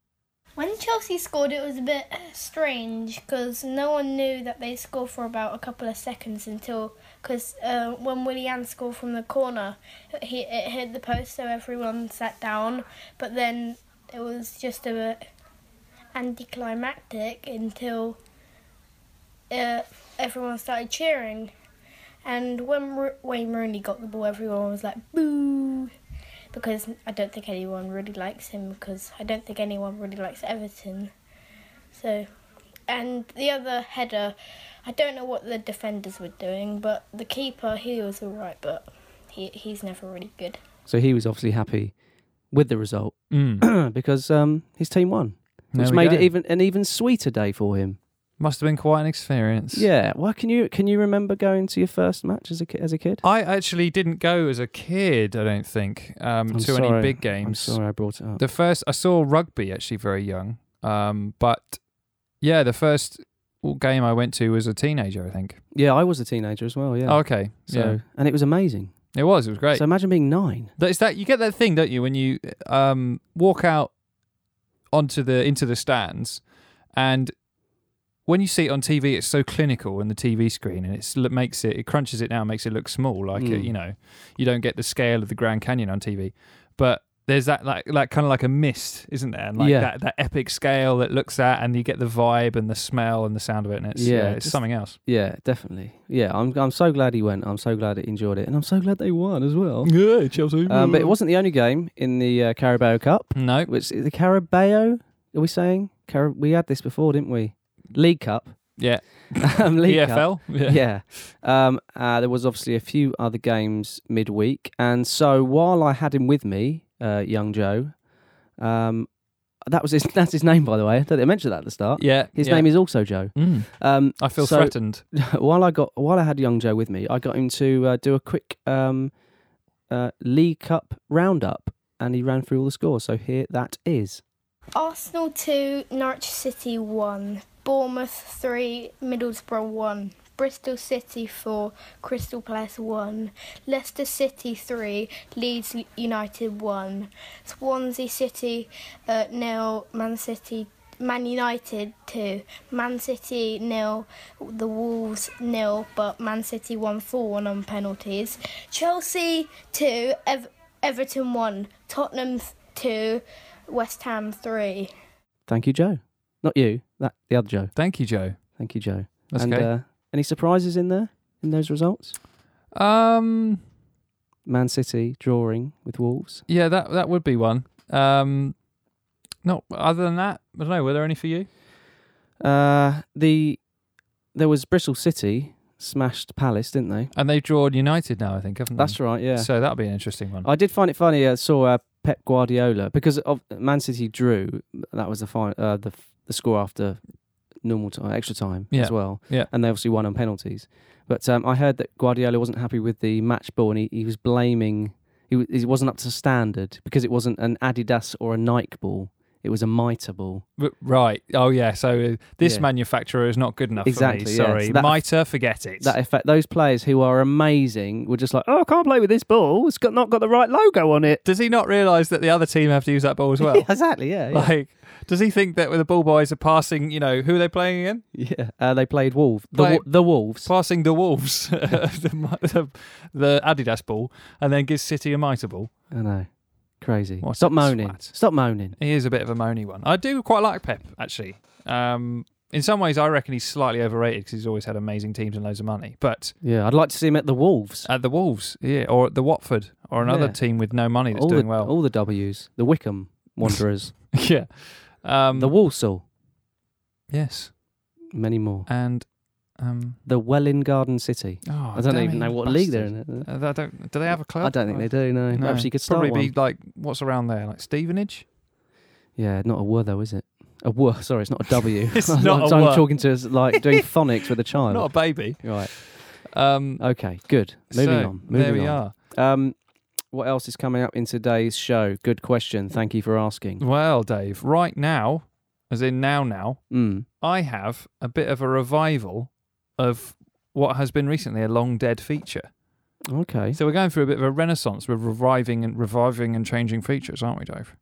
Speaker 3: When Chelsea scored, it was a bit strange because no one knew that they scored for about a couple of seconds until because uh, when Willian scored from the corner, he it hit the post, so everyone sat down. But then it was just a bit anticlimactic until uh, everyone started cheering. And when Ro- Wayne Rooney got the ball, everyone was like boo because I don't think anyone really likes him because I don't think anyone really likes Everton. So, and the other header, I don't know what the defenders were doing, but the keeper he was all right, but he he's never really good.
Speaker 1: So he was obviously happy with the result
Speaker 2: Mm.
Speaker 1: because um, his team won,
Speaker 2: There
Speaker 1: which
Speaker 2: we
Speaker 1: made it
Speaker 2: go.
Speaker 1: even an even sweeter day for him.
Speaker 2: Must have been quite an experience.
Speaker 1: Yeah. Well, can you can you remember going to your first match as a ki- as a kid?
Speaker 2: I actually didn't go as a kid. I don't think um,
Speaker 1: I'm
Speaker 2: to any
Speaker 1: sorry.
Speaker 2: big
Speaker 1: I'm
Speaker 2: games.
Speaker 1: sorry, I brought it up.
Speaker 2: The first I saw rugby actually very young, um, but yeah, the first game I went to was a teenager. I think. Oh,
Speaker 1: Yeah, I was a teenager as well. Oh, Yeah.
Speaker 2: Okay.
Speaker 1: So
Speaker 2: Yeah.
Speaker 1: and it was amazing.
Speaker 2: It was. It was great.
Speaker 1: So imagine being nine.
Speaker 2: That- It's that you get that thing, don't you, when you um, walk out onto the into the stands, and when you see it on TV, it's so clinical in the TV screen, and it's, it makes it it crunches it down, makes it look small, like it,
Speaker 1: Mm.
Speaker 2: you know, you don't get the scale of the Grand Canyon on TV, but there's that like like kind of like a mist, isn't there? And like
Speaker 1: Yeah.
Speaker 2: that, that epic scale that looks at, and you get the vibe and the smell and the sound of it, and it's yeah,
Speaker 1: Yeah,
Speaker 2: it's
Speaker 1: just-
Speaker 2: something else.
Speaker 1: Yeah, definitely. Yeah, I'm I'm so glad he went. I'm so glad he enjoyed it, and I'm so glad they won as well.
Speaker 2: Yeah, Chelsea.
Speaker 1: Um, but it wasn't the only game in the uh, Carabao Cup.
Speaker 2: no.
Speaker 1: Which the Carabao? Are we saying? Cara- we had this before, didn't we? League Cup.
Speaker 2: Yeah. E
Speaker 1: um, League Cup.
Speaker 2: EFL.
Speaker 1: Yeah. Um, uh, there was obviously a few other games midweek, and so while I had him with me, uh, young Joe, um, that was his. That's his name, by the way. I didn't mention that at the start.
Speaker 2: Yeah.
Speaker 1: His name is also Joe.
Speaker 2: Mm.
Speaker 1: Um,
Speaker 2: I feel
Speaker 1: so-
Speaker 2: threatened.
Speaker 1: while I got while I had young Joe with me, I got him to uh, do a quick um, uh, League Cup roundup, and he ran through all the scores. So here that is.
Speaker 3: Arsenal two, Norwich City one, Bournemouth three, Middlesbrough one, Bristol City four, Crystal Palace one, Leicester City three, Leeds United one, Swansea City uh, nil, Man City. Man United two, Man City nil, the Wolves nil, but Man City won four one on penalties. Chelsea two, Ev- Everton one, Tottenham th- two, West Ham three.
Speaker 1: Thank you, Joe. Not you, that the other Joe.
Speaker 2: Thank you, Joe.
Speaker 1: Thank you, Joe.
Speaker 2: That's
Speaker 1: and
Speaker 2: okay.
Speaker 1: uh, any surprises in there in those results? uh,
Speaker 2: um,
Speaker 1: Man City drawing with Wolves.
Speaker 2: yeah, that that would be one. Um, not other than that, I don't know. Were there any for you?
Speaker 1: Uh, the there was Bristol City smashed Palace, didn't they?
Speaker 2: And they've drawn United now, I think, haven't
Speaker 1: That's
Speaker 2: they?
Speaker 1: right. Yeah.
Speaker 2: Hmm.
Speaker 1: Oh.
Speaker 2: So that'll be an interesting one.
Speaker 1: I did find it funny. I saw uh, Pep Guardiola because of Man City drew. That was the final, uh, the the score after normal time, extra time
Speaker 2: Yeah.
Speaker 1: as well.
Speaker 2: Yeah.
Speaker 1: and they obviously won on penalties. But um, I heard that Guardiola wasn't happy with the match ball, and he, he was blaming he, w- he wasn't up to standard because it wasn't an Adidas or a Nike ball. It was a mitre ball.
Speaker 2: R- right. Oh yeah. So uh, this
Speaker 1: Yeah.
Speaker 2: manufacturer is not good enough for
Speaker 1: Exactly,
Speaker 2: me.
Speaker 1: yeah.
Speaker 2: Sorry,
Speaker 1: So that-
Speaker 2: Mitre, forget it.
Speaker 1: That effect. Those players who are amazing were just like, "Oh, I can't play with this ball. It's got not got the right logo on it."
Speaker 2: does he not realise that the other team have to use that ball as well?
Speaker 1: Yeah, exactly. Yeah. Yeah.
Speaker 2: Like, does he think that the ball boys are passing? You know, who are they playing again?
Speaker 1: yeah. Uh, they played Wolves. The,
Speaker 2: Play-
Speaker 1: Wo- the Wolves.
Speaker 2: Passing the Wolves, the, Mi- the, the Adidas ball, and then gives City a mitre ball.
Speaker 1: I know. Crazy.
Speaker 2: What
Speaker 1: Stop
Speaker 2: a
Speaker 1: moaning.
Speaker 2: twat.
Speaker 1: Stop moaning.
Speaker 2: He is a bit of a moany one. I do quite like Pep actually. Um, in some ways, I reckon he's slightly overrated because he's always had amazing teams and loads of money. But
Speaker 1: Yeah, I'd like to see him at the Wolves.
Speaker 2: at the Wolves, yeah, or at the Watford, or another
Speaker 1: Yeah.
Speaker 2: team with no money that's
Speaker 1: all
Speaker 2: doing
Speaker 1: the
Speaker 2: well.
Speaker 1: all the W's. The Wickham Wanderers.
Speaker 2: yeah. Um,
Speaker 1: the Walsall.
Speaker 2: yes,
Speaker 1: Many more.
Speaker 2: and um,
Speaker 1: The Welling Garden City.
Speaker 2: oh,
Speaker 1: I don't
Speaker 2: damn
Speaker 1: even
Speaker 2: it,
Speaker 1: know what
Speaker 2: bastard.
Speaker 1: league they're in.
Speaker 2: Uh, I don't. Do they have a club?
Speaker 1: I don't think they do. No, perhaps you could start
Speaker 2: probably
Speaker 1: one.
Speaker 2: be like what's around there, like Stevenage.
Speaker 1: Yeah, not a war though, is it? A w- sorry, it's not a W.
Speaker 2: It's
Speaker 1: I'm
Speaker 2: not a
Speaker 1: I'm
Speaker 2: word.
Speaker 1: talking to us like doing phonics with a child.
Speaker 2: Not a baby.
Speaker 1: Right.
Speaker 2: Um,
Speaker 1: Okay. Good. Moving
Speaker 2: so
Speaker 1: on. Moving
Speaker 2: there we
Speaker 1: on.
Speaker 2: are.
Speaker 1: Um, what else is coming up in today's show? Good question. Thank you for asking.
Speaker 2: Well, Dave, right now, as in now, now,
Speaker 1: Mm.
Speaker 2: I have a bit of a revival of what has been recently a long dead feature.
Speaker 1: Okay.
Speaker 2: So we're going through a bit of a renaissance with reviving and reviving and changing features, aren't we, Dave?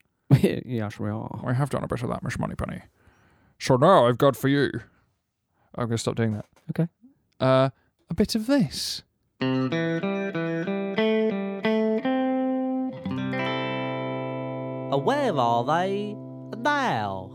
Speaker 1: yes, we are.
Speaker 2: We have done a bit of that, Miss Money Penny. So now I've got for you. I'm going to stop doing that.
Speaker 1: Okay.
Speaker 2: Uh, a bit of this.
Speaker 1: Uh, Where are they now?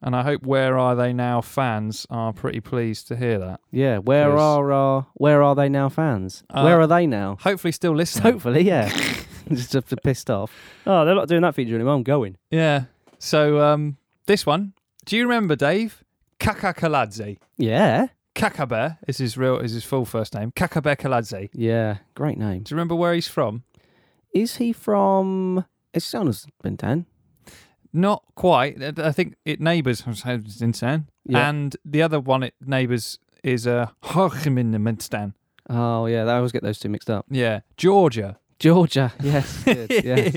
Speaker 2: And I hope Where Are They Now fans are pretty pleased to hear that.
Speaker 1: Yeah. Where
Speaker 2: Please.
Speaker 1: are our Where are they now fans?
Speaker 2: Uh,
Speaker 1: where are they now?
Speaker 2: Hopefully, still listening.
Speaker 1: Hopefully, yeah. Just have to pissed off. Oh, they're not doing that feature anymore. I'm going.
Speaker 2: Yeah. So um, this one, do you remember Dave Kakakaladze?
Speaker 1: Yeah.
Speaker 2: Kakabe is his real is his full first name. Kakabe Kaladze.
Speaker 1: Yeah. Great name.
Speaker 2: Do you remember where he's from?
Speaker 1: Is he from? It's Jonas Bentan.
Speaker 2: Not quite. I- I think it neighbours Stan.
Speaker 1: Yeah.
Speaker 2: And the other one it neighbours is uh Stan.
Speaker 1: Oh yeah, I always get those two mixed up.
Speaker 2: Yeah. Georgia.
Speaker 1: Georgia. Yes. good, yes.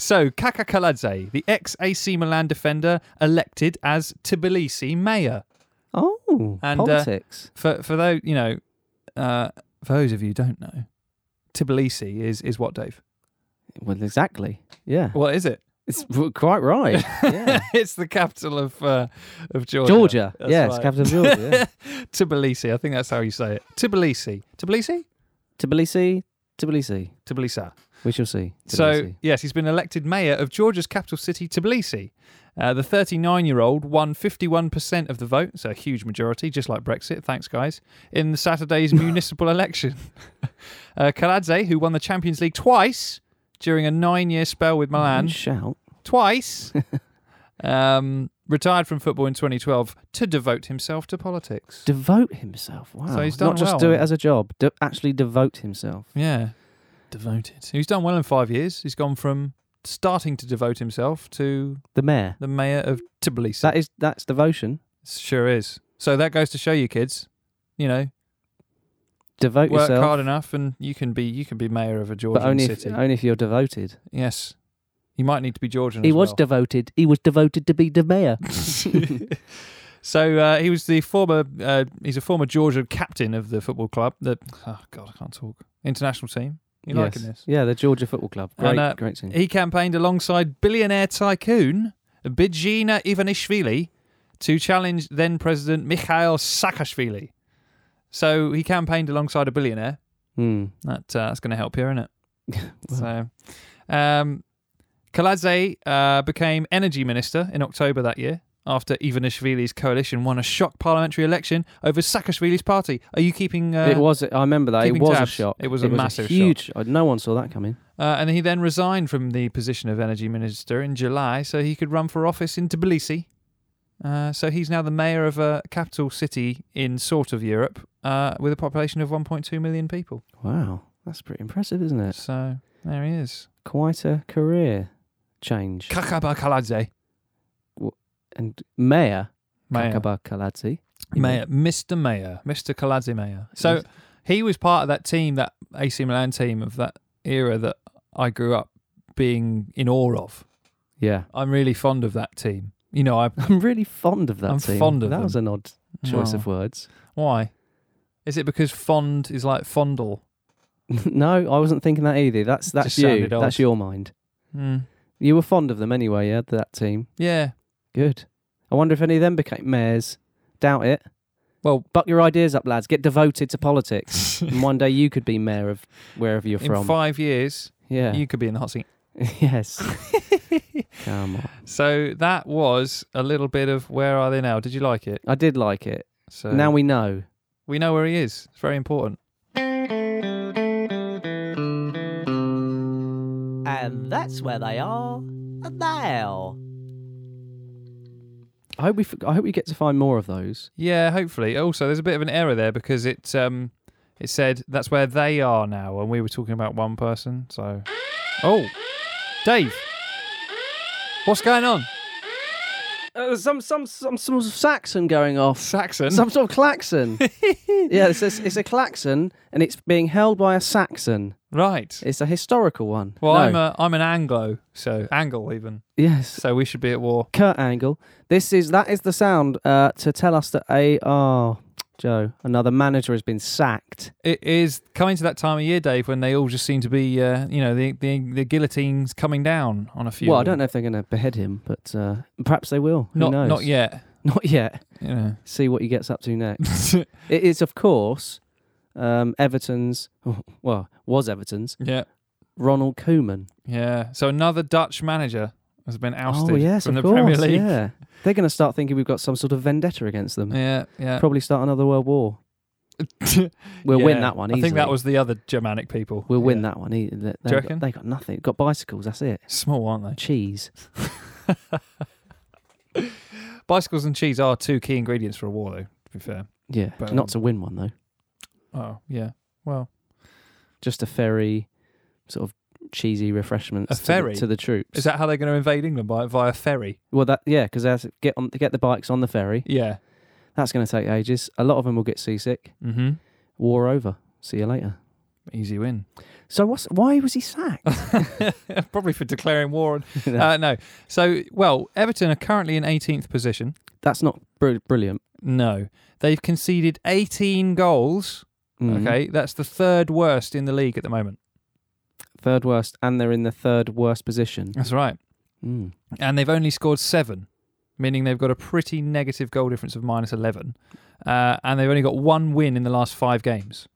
Speaker 2: So Kakakaladze, the ex AC Milan defender, elected as Tbilisi mayor.
Speaker 1: Oh,
Speaker 2: And, uh,
Speaker 1: politics.
Speaker 2: For for those you know, uh, for those of you who don't know, Tbilisi is is what Dave.
Speaker 1: well, exactly. Yeah,
Speaker 2: What is it?
Speaker 1: it's w- quite right. Yeah.
Speaker 2: it's the capital of uh, of Georgia.
Speaker 1: Georgia.
Speaker 2: That's
Speaker 1: yes,
Speaker 2: right.
Speaker 1: capital of Georgia. Yeah.
Speaker 2: Tbilisi. I think that's how you say it. Tbilisi. Tbilisi.
Speaker 1: Tbilisi. Tbilisi.
Speaker 2: Tbilisi.
Speaker 1: We shall see.
Speaker 2: So
Speaker 1: Tbilisi.
Speaker 2: yes, he's been elected mayor of Georgia's capital city, Tbilisi. Uh, the 39-year-old won 51% of the vote, so a huge majority, just like Brexit. Thanks, guys. In the Saturday's municipal election, uh, Kaladze, who won the Champions League twice during a nine-year spell with Milan,
Speaker 1: Don't shout.
Speaker 2: twice, um, retired from football in 2012 to devote himself to politics.
Speaker 1: Devote himself. Wow.
Speaker 2: So he's done
Speaker 1: Not just
Speaker 2: well.
Speaker 1: do it as a job. De- actually devote himself.
Speaker 2: yeah, devoted. He's done well in five years. He's gone from starting to devote himself to
Speaker 1: The mayor.
Speaker 2: the mayor of Tbilisi.
Speaker 1: That is that's devotion.
Speaker 2: sure is. So that goes to show you, kids. You know,
Speaker 1: Devote
Speaker 2: work
Speaker 1: yourself.
Speaker 2: hard enough, and you can be you can be mayor of a Georgian
Speaker 1: but only if,
Speaker 2: city.
Speaker 1: only if you're devoted.
Speaker 2: yes, you might need to be Georgian.
Speaker 1: He
Speaker 2: as
Speaker 1: was
Speaker 2: well.
Speaker 1: devoted. He was devoted to be the mayor.
Speaker 2: so uh, he was the former. Uh, he's a former Georgian captain of the football club. The oh god, I can't talk. International team.
Speaker 1: Yes.
Speaker 2: You liking this?
Speaker 1: Yeah, the Georgia Football Club. Great,
Speaker 2: And, uh,
Speaker 1: great team.
Speaker 2: He campaigned alongside billionaire tycoon Bijina Ivanishvili to challenge then President Mikhail Saakashvili. So he campaigned alongside a billionaire.
Speaker 1: Hmm.
Speaker 2: That uh, that's going to help here, isn't it?
Speaker 1: Well.
Speaker 2: So, um, Kaladze uh, became energy minister in October that year after Ivanishvili's coalition won a shock parliamentary election over Saakashvili's party. Are you keeping? Uh,
Speaker 1: it was. I remember that. It
Speaker 2: keeping
Speaker 1: was a
Speaker 2: tabs.
Speaker 1: shot.
Speaker 2: It was a massive
Speaker 1: huge. uh, No one saw that coming.
Speaker 2: Uh, and he then resigned from the position of energy minister in July so he could run for office in Tbilisi. Uh, so he's now the mayor of a capital city in sort of Europe uh, with a population of 1.2 million people.
Speaker 1: Wow, that's pretty impressive, isn't it?
Speaker 2: So there he is.
Speaker 1: Quite a career change.
Speaker 2: Kakaba Kaladze.
Speaker 1: and Mayor
Speaker 2: Mayor.
Speaker 1: Kakaba Kaladzi.
Speaker 2: Mayor, Mr. Mayor, Mr. Kaladze Mayor. So
Speaker 1: Yes.
Speaker 2: he was part of that team, that AC Milan team of that era that I grew up being in awe of.
Speaker 1: Yeah,
Speaker 2: I'm really fond of that team. You know, I
Speaker 1: I'm really fond of that.
Speaker 2: I'm
Speaker 1: team.
Speaker 2: fond of
Speaker 1: that.
Speaker 2: them.
Speaker 1: Was an odd choice of
Speaker 2: Oh,
Speaker 1: words.
Speaker 2: why? Is it because fond is like fondle?
Speaker 1: no, I wasn't thinking that either. That's that's
Speaker 2: Just
Speaker 1: you.
Speaker 2: sounded odd.
Speaker 1: That's your mind.
Speaker 2: Hmm.
Speaker 1: You were fond of them anyway. Yeah, that team.
Speaker 2: Yeah.
Speaker 1: Good. I wonder if any of them became mayors. Doubt it.
Speaker 2: Well,
Speaker 1: Buck your ideas up, lads. Get devoted to politics, and one day you could be mayor of wherever you're
Speaker 2: in
Speaker 1: from.
Speaker 2: five years,
Speaker 1: yeah.
Speaker 2: you could be in the hot seat.
Speaker 1: yes. Come on.
Speaker 2: So that was a little bit of where are they now? Did you like it?
Speaker 1: I did like it.
Speaker 2: So
Speaker 1: Now we know.
Speaker 2: we know where he is. It's very important.
Speaker 4: And that's where they are now.
Speaker 1: I hope we. f- I hope we get to find more of those.
Speaker 2: Yeah, hopefully. Also, there's a bit of an error there because it um it said that's where they are now, and we were talking about one person. So, oh, Dave, what's going on?
Speaker 1: There was uh, some some some some Saxon going off.
Speaker 2: Saxon.
Speaker 1: Some sort of klaxon. yeah, it's a, it's a klaxon, and it's being held by a Saxon.
Speaker 2: Right.
Speaker 1: It's a historical one.
Speaker 2: Well,
Speaker 1: No.
Speaker 2: I'm a I'm an Anglo, so Angle even.
Speaker 1: yes.
Speaker 2: So we should be at war.
Speaker 1: Kurt Angle. This is that is the sound uh, to tell us that a oh Joe, another manager has been sacked.
Speaker 2: It is coming to that time of year, Dave, when they all just seem to be, uh, you know, the, the the guillotines coming down on a few.
Speaker 1: Well, I don't know if they're going to behead him, but uh, perhaps they will. Who
Speaker 2: Not
Speaker 1: knows?
Speaker 2: not yet.
Speaker 1: Not yet.
Speaker 2: You know.
Speaker 1: See what he gets up to next. It is, of course, um, Everton's. Well, was Everton's
Speaker 2: yeah,
Speaker 1: Ronald Koeman.
Speaker 2: yeah. So another Dutch manager has been ousted
Speaker 1: oh yes,
Speaker 2: from
Speaker 1: of
Speaker 2: the
Speaker 1: course.
Speaker 2: Premier League.
Speaker 1: Yeah, they're going to start thinking we've got some sort of vendetta against them.
Speaker 2: yeah. yeah.
Speaker 1: Probably start another world war. We'll win
Speaker 2: Yeah.
Speaker 1: that one.
Speaker 2: I
Speaker 1: Easily.
Speaker 2: think that was the other Germanic people.
Speaker 1: We'll win
Speaker 2: Yeah.
Speaker 1: that one. e- They,
Speaker 2: you
Speaker 1: they've got,
Speaker 2: reckon?
Speaker 1: they got nothing. Got bicycles. That's it.
Speaker 2: Small, aren't they?
Speaker 1: Cheese.
Speaker 2: Bicycles and cheese are two key ingredients for a war, though. To be fair.
Speaker 1: Yeah,
Speaker 2: But, um,
Speaker 1: not to win one though.
Speaker 2: Oh yeah. Well,
Speaker 1: Just a ferry, sort of cheesy refreshments.
Speaker 2: A
Speaker 1: to the-
Speaker 2: ferry?
Speaker 1: to the, troops.
Speaker 2: is that how they're going to invade England by via ferry?
Speaker 1: well, that yeah, because they have to get on get the bikes on the ferry.
Speaker 2: Yeah.
Speaker 1: That's going to take ages. A lot of them will get seasick.
Speaker 2: Mm-hmm.
Speaker 1: War over. See you later.
Speaker 2: Easy win.
Speaker 1: So what's why was he sacked?
Speaker 2: Probably for declaring war. on-
Speaker 1: No.
Speaker 2: Uh, no. So, well, Everton are currently in 18th position.
Speaker 1: That's not br- brilliant.
Speaker 2: No. They've conceded 18 goals.
Speaker 1: Mhm.
Speaker 2: Okay. That's the third worst in the league at the moment.
Speaker 1: third worst, and they're in the third worst position.
Speaker 2: That's right.
Speaker 1: Mm.
Speaker 2: And they've only scored seven, meaning they've got a pretty negative goal difference of minus 11. Uh, and they've only got one win in the last five games.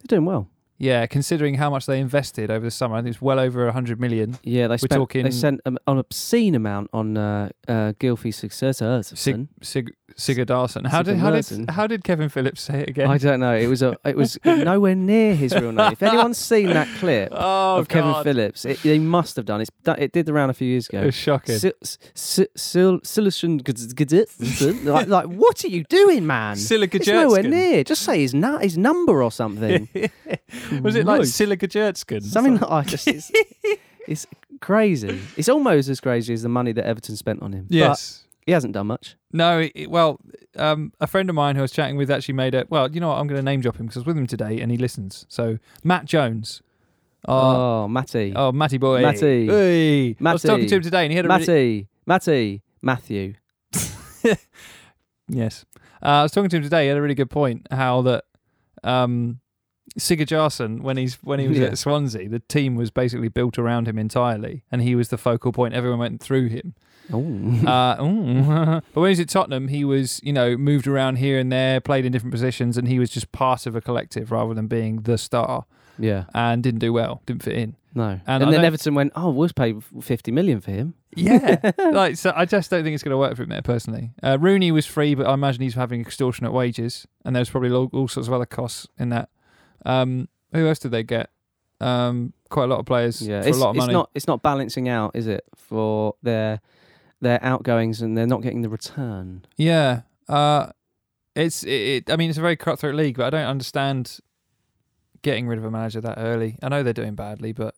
Speaker 1: They're doing well.
Speaker 2: Yeah, considering how much they invested over the summer, I think it's well over 100 million.
Speaker 1: Yeah, they spent,
Speaker 2: talking-
Speaker 1: they sent um, an obscene amount on uh, uh, Gylfi Sigurðsson.
Speaker 2: Sig, Sig, Sigurdarsson. How did, how, did,
Speaker 1: Sigurdarsson.
Speaker 2: how did Kevin Phillips say it again?
Speaker 1: I don't know. It was a. It was nowhere near his real name. If anyone's seen that clip
Speaker 2: oh,
Speaker 1: of Kevin
Speaker 2: God.
Speaker 1: Phillips, it, they must have done. It's done- it did the round a few years
Speaker 2: It
Speaker 1: ago.
Speaker 2: was shocking.
Speaker 1: Si- s- si- sil- Silishin Gdz- Gdzitsin. like, like, what are you doing, man? It's nowhere near. Just say his, nu- his number or something.
Speaker 2: Was it like
Speaker 1: Christ.
Speaker 2: Silicajertskin?
Speaker 1: Something like I just it's, it's crazy. It's almost as crazy as the money that Everton spent on him.
Speaker 2: Yes.
Speaker 1: But he hasn't done much.
Speaker 2: No, it- it, well, um, a friend of mine who I was chatting with actually made a. Well, you know what? I'm going to name drop him because I was with him today and he listens. So, Matt Jones. Oh,
Speaker 1: Oh, Matty.
Speaker 2: oh Matty boy.
Speaker 1: Matty.
Speaker 2: Hey. I was talking
Speaker 1: Matty.
Speaker 2: to him today and he had a. really-
Speaker 1: Matty. Matty. Matthew.
Speaker 2: yes. Uh, I was talking to him today. He had a really good point how that um, Sigurdsson, when he's when he was
Speaker 1: Yeah.
Speaker 2: at Swansea, the team was basically built around him entirely, and he was the focal point. Everyone went through him.
Speaker 1: Oh.
Speaker 2: Uh, ooh. but when he was at Tottenham, he was, you know, moved around here and there, played in different positions, and he was just part of a collective rather than being the star
Speaker 1: yeah.
Speaker 2: and didn't do well, didn't fit in.
Speaker 1: No.
Speaker 2: And
Speaker 1: And,
Speaker 2: I
Speaker 1: then
Speaker 2: don't-
Speaker 1: Everton went, oh, we'll pay 50 million for him.
Speaker 2: Yeah. like, so I just don't think it's going to work for him there personally. Uh, Rooney was free, but I imagine he's having extortionate wages, and there's probably all, all sorts of other costs in that. Um, who else did they get? Um, quite a lot of players
Speaker 1: Yeah.
Speaker 2: for
Speaker 1: it's,
Speaker 2: a lot of
Speaker 1: it's
Speaker 2: money.
Speaker 1: not it's not balancing out, is it, for their their outgoings and they're not getting the return.
Speaker 2: Yeah. Uh, it's it, it. I mean, it's a very cutthroat league, but I don't understand getting rid of a manager that early. I know they're doing badly, but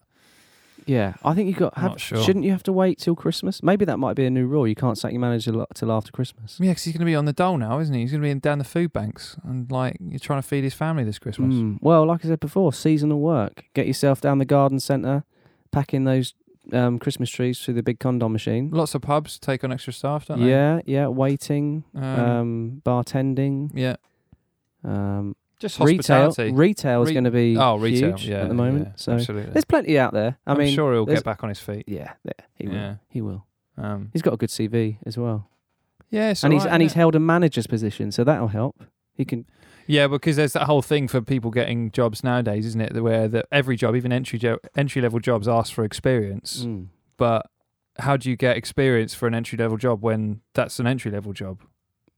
Speaker 1: Yeah. I think you got
Speaker 2: I'm
Speaker 1: have
Speaker 2: not sure.
Speaker 1: shouldn't you have to wait till Christmas? Maybe that might be a new rule. You can't sack your manager lo- till after Christmas.
Speaker 2: yeah, 'cause he's going to be on the dole now, isn't he? He's going to be in, down the food banks and like you're trying to feed his family this Christmas.
Speaker 1: Mm, well, like I said before, seasonal work. Get yourself down the garden centre, pack in those um, Christmas trees through the big condom machine.
Speaker 2: Lots of pubs take on extra staff, don't
Speaker 1: Yeah, yeah, waiting,
Speaker 2: they?
Speaker 1: um, bartending,
Speaker 2: yeah.
Speaker 1: um,
Speaker 2: Just
Speaker 1: retail.
Speaker 2: hospitality.
Speaker 1: Retail is
Speaker 2: Re-
Speaker 1: going to be
Speaker 2: oh, retail.
Speaker 1: huge
Speaker 2: yeah,
Speaker 1: at the moment.
Speaker 2: yeah,
Speaker 1: so
Speaker 2: absolutely.
Speaker 1: there's plenty out there. I
Speaker 2: I
Speaker 1: mean,
Speaker 2: am sure he'll
Speaker 1: there's-
Speaker 2: get back on his feet.
Speaker 1: yeah, there, he will.
Speaker 2: Yeah.
Speaker 1: He will.
Speaker 2: Um,
Speaker 1: He's got a good CV as well,
Speaker 2: yeah, it's
Speaker 1: and he's
Speaker 2: alright,
Speaker 1: and
Speaker 2: yeah.
Speaker 1: he's held a manager's position, so that'll help. He can.
Speaker 2: Yeah, because there's that whole thing for people getting jobs nowadays, isn't it? that Where that every job, even entry jo- entry level jobs, ask for experience.
Speaker 1: Mm.
Speaker 2: But how do you get experience for an entry level job when that's an entry level job?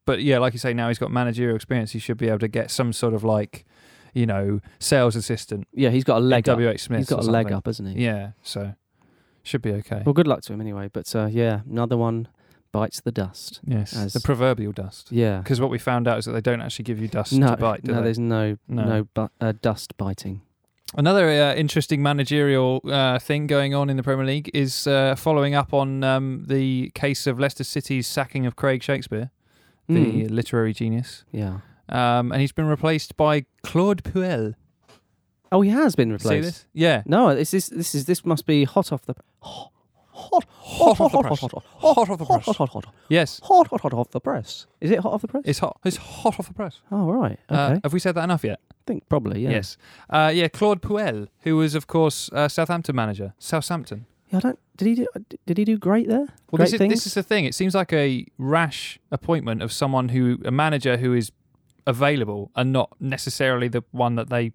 Speaker 2: But yeah, like you say, now he's got managerial experience. He should be able to get some sort of like, you know, sales assistant.
Speaker 1: Yeah, he's got a leg up.
Speaker 2: W H Smith.
Speaker 1: He's got a leg up, hasn't he?
Speaker 2: Yeah, so should be okay.
Speaker 1: Well, good luck to him anyway. But uh, yeah, another one bites the dust.
Speaker 2: yes,
Speaker 1: as-
Speaker 2: the proverbial dust.
Speaker 1: Yeah.
Speaker 2: Because what we found out is that they don't actually give you dust
Speaker 1: No,
Speaker 2: to bite. Do
Speaker 1: no,
Speaker 2: they?
Speaker 1: there's no
Speaker 2: No.
Speaker 1: no, bu- uh, dust biting.
Speaker 2: Another uh, interesting managerial uh, thing going on in the Premier League is uh, following up on um, the case of Leicester City's sacking of Craig Shakespeare, the
Speaker 1: Mm.
Speaker 2: literary genius,
Speaker 1: Yeah.
Speaker 2: um, and he's been replaced by Claude Puel.
Speaker 1: Oh, he has been replaced.
Speaker 2: See this? Yeah,
Speaker 1: No, this is this is this must be hot off the hot hot
Speaker 2: Hot off the press. Hot off the press.
Speaker 1: hot hot hot
Speaker 2: yes,
Speaker 1: hot hot hot off the press. Is it hot off the press?
Speaker 2: it's hot. It's hot off the press.
Speaker 1: oh right, okay.
Speaker 2: Uh, have we said that enough yet?
Speaker 1: I think probably yeah.
Speaker 2: Yes. Uh, yeah, Claude Puel, who was of course uh, Southampton manager, Southampton.
Speaker 1: Yeah, I don't. Did he do? Did he do great there?
Speaker 2: Well,
Speaker 1: great
Speaker 2: this is,
Speaker 1: things.
Speaker 2: this is the thing. It seems like a rash appointment of someone who, a manager who is available and not necessarily the one that they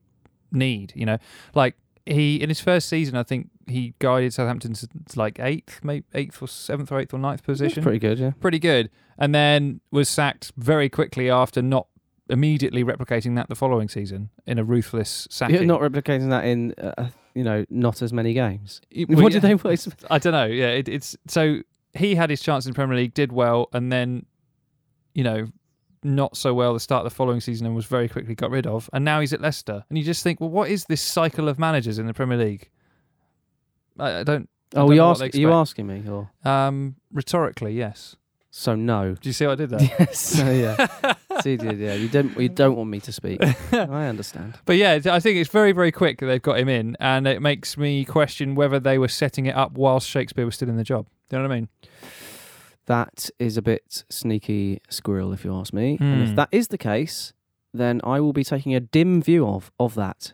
Speaker 2: need. You know, like he in his first season, I think he guided Southampton to to, like eighth, maybe eighth or seventh or eighth or ninth
Speaker 1: That's
Speaker 2: position.
Speaker 1: pretty good. Yeah.
Speaker 2: Pretty good, and then was sacked very quickly after not immediately replicating that the following season in a ruthless sacking.
Speaker 1: You're not replicating that in uh, you know not as many games.
Speaker 2: Y- well,
Speaker 1: What did
Speaker 2: yeah.
Speaker 1: they? What is,
Speaker 2: I don't know. Yeah, it, it's so he had his chance in Premier League, did well, and then you know not so well the start of the following season and was very quickly got rid of, and now he's at Leicester, and you just think, well, what is this cycle of managers in the Premier League? I, I don't.
Speaker 1: oh,
Speaker 2: I don't
Speaker 1: you
Speaker 2: know what
Speaker 1: ask,
Speaker 2: they
Speaker 1: are you
Speaker 2: expect.
Speaker 1: asking me or
Speaker 2: Um, rhetorically, yes.
Speaker 1: so no?
Speaker 2: Do you see what I did there?
Speaker 1: Yes. So, yeah. so you did, yeah. You don't. You don't want me to speak. I understand.
Speaker 2: But yeah, it's- I think it's very, very quick that they've got him in, and it makes me question whether they were setting it up whilst Shakespeare was still in the job. Do you know what I mean?
Speaker 1: That is a bit sneaky squirrel, if you ask me. And
Speaker 2: Hmm.
Speaker 1: if that is the case, then I will be taking a dim view of of that.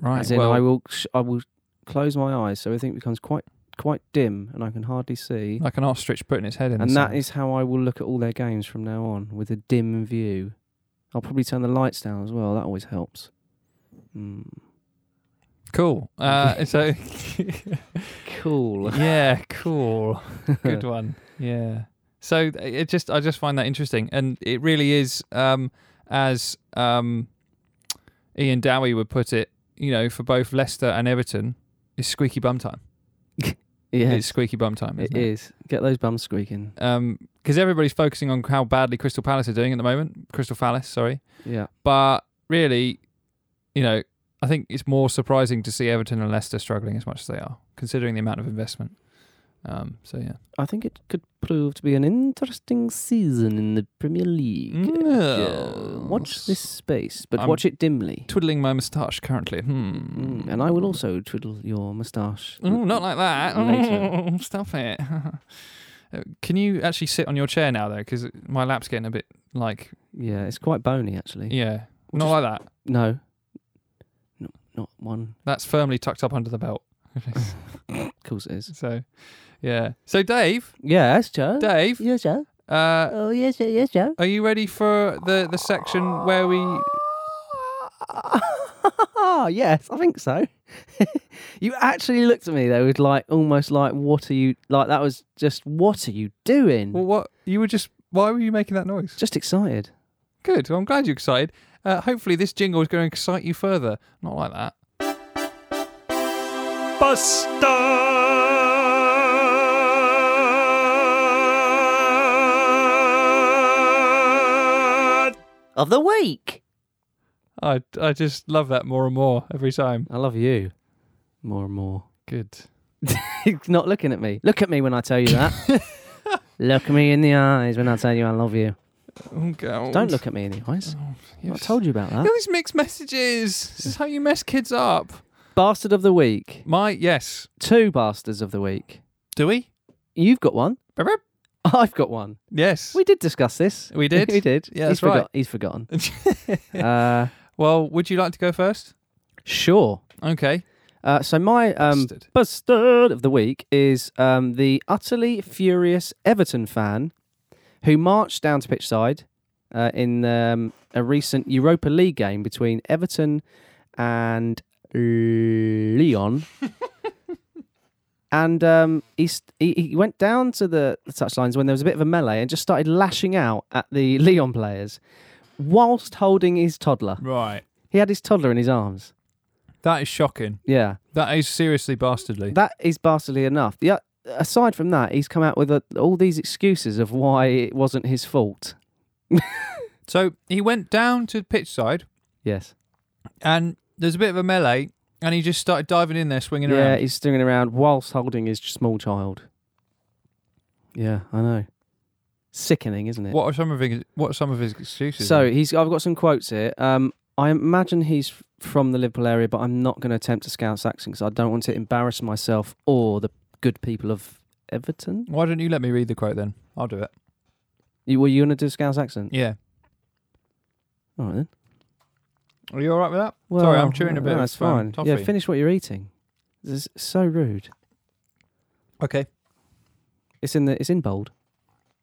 Speaker 2: Right.
Speaker 1: As in,
Speaker 2: well,
Speaker 1: I will sh- I will close my eyes so everything becomes quite quite dim and I can hardly see.
Speaker 2: like an ostrich putting its head in. the
Speaker 1: and that
Speaker 2: sand.
Speaker 1: is how I will look at all their games from now on with a dim view. I'll probably turn the lights down as well. That always helps. Mm.
Speaker 2: cool. Uh, so.
Speaker 1: Cool.
Speaker 2: yeah, cool. Good one. Yeah. So th- it just I just find that interesting, and it really is, um, as um, Ian Dowie would put it, you know, for both Leicester and Everton, it's squeaky bum time.
Speaker 1: Yeah,
Speaker 2: It's squeaky bum time.
Speaker 1: it
Speaker 2: Isn't
Speaker 1: is. Get those bums squeaking.
Speaker 2: Because everybody's focusing on how badly Crystal Palace are doing at the moment. Crystal Palace, sorry,
Speaker 1: Yeah.
Speaker 2: but really, you know, I think it's more surprising to see Everton and Leicester struggling as much as they are, considering the amount of investment. Um, so yeah.
Speaker 1: I think it could prove to be an interesting season in the Premier League. Uh, watch
Speaker 2: Yes.
Speaker 1: this space, but
Speaker 2: I'm-
Speaker 1: watch it dimly.
Speaker 2: twiddling my moustache currently. Hmm.
Speaker 1: Mm, and I will also twiddle your moustache.
Speaker 2: Ooh, not like that.
Speaker 1: Later.
Speaker 2: Ooh, Stop it. Uh, Can you actually sit on your chair now, though? Because my lap's getting a bit like
Speaker 1: Yeah, it's quite bony actually.
Speaker 2: yeah,
Speaker 1: We'll
Speaker 2: not
Speaker 1: just-
Speaker 2: like that.
Speaker 1: No. no, not one.
Speaker 2: That's firmly tucked up under the belt.
Speaker 1: Of course it is.
Speaker 2: so, yeah. So, Dave,
Speaker 1: Yes, Joe.
Speaker 2: Dave,
Speaker 4: Yes, sir.
Speaker 2: uh,
Speaker 4: Oh, yes, sir. Yes, sir.
Speaker 2: are you ready for the the section where we?
Speaker 1: yes, I think so. you actually looked at me though with like almost like what are you like that was just what are you doing?
Speaker 2: Well, what you were just? Why were you making that noise?
Speaker 1: just excited.
Speaker 2: Good. Well, I'm glad you're excited. Uh, hopefully, this jingle is going to excite you further. Not like that.
Speaker 4: Of the week.
Speaker 2: I, I just love that more and more every time.
Speaker 1: I love you more and more.
Speaker 2: Good.
Speaker 1: not looking at me. Look at me when I tell you that. look me in the eyes when I tell you I love you.
Speaker 2: Oh, God.
Speaker 1: Don't look at me in the eyes. I
Speaker 2: Oh, Yes.
Speaker 1: told you about that.
Speaker 2: Look at these mixed messages. This is how you mess kids up.
Speaker 1: Bastard of the week.
Speaker 2: My yes.
Speaker 1: Two bastards of the week.
Speaker 2: Do we?
Speaker 1: You've got one.
Speaker 2: Burp, burp.
Speaker 1: I've got one.
Speaker 2: Yes.
Speaker 1: We did discuss this.
Speaker 2: We did?
Speaker 1: we did.
Speaker 2: Yeah,
Speaker 1: he's
Speaker 2: that's right.
Speaker 1: forgot- he's forgotten. uh,
Speaker 2: well, would you like to go first?
Speaker 1: sure.
Speaker 2: Okay.
Speaker 1: Uh, so my um,
Speaker 2: Bastard.
Speaker 1: bastard of the week is um, the utterly furious Everton fan who marched down to pitch side uh, in um, a recent Europa League game between Everton and Leon. and um, he, st- he he went down to the touchlines when there was a bit of a melee and just started lashing out at the Leon players whilst holding his toddler.
Speaker 2: Right.
Speaker 1: He had his toddler in his arms.
Speaker 2: That is shocking.
Speaker 1: Yeah.
Speaker 2: That is seriously bastardly.
Speaker 1: That is bastardly enough. The, aside from that, he's come out with a, all these excuses of why it wasn't his fault.
Speaker 2: so he went down to pitch side
Speaker 1: Yes.
Speaker 2: and there's a bit of a melee And he just started diving in there, swinging
Speaker 1: Yeah,
Speaker 2: around.
Speaker 1: he's swinging around whilst holding his small child. Yeah, I know. Sickening, isn't it?
Speaker 2: What are some of his What are some of his excuses?
Speaker 1: So
Speaker 2: then?
Speaker 1: he's. I've got some quotes here. Um, I imagine he's f- from the Liverpool area, but I'm not going to attempt to Scouse accent because I don't want to embarrass myself or the good people of Everton.
Speaker 2: why don't you let me read the quote then? I'll do it.
Speaker 1: You, were you going to do a Scouse accent?
Speaker 2: Yeah.
Speaker 1: All right then.
Speaker 2: Are you all right with that? Sorry, I'm chewing a bit.
Speaker 1: No,
Speaker 2: of,
Speaker 1: that's
Speaker 2: um,
Speaker 1: fine. yeah,
Speaker 2: toffee.
Speaker 1: finish what you're eating. This is so rude.
Speaker 2: okay.
Speaker 1: It's in the. It's in bold.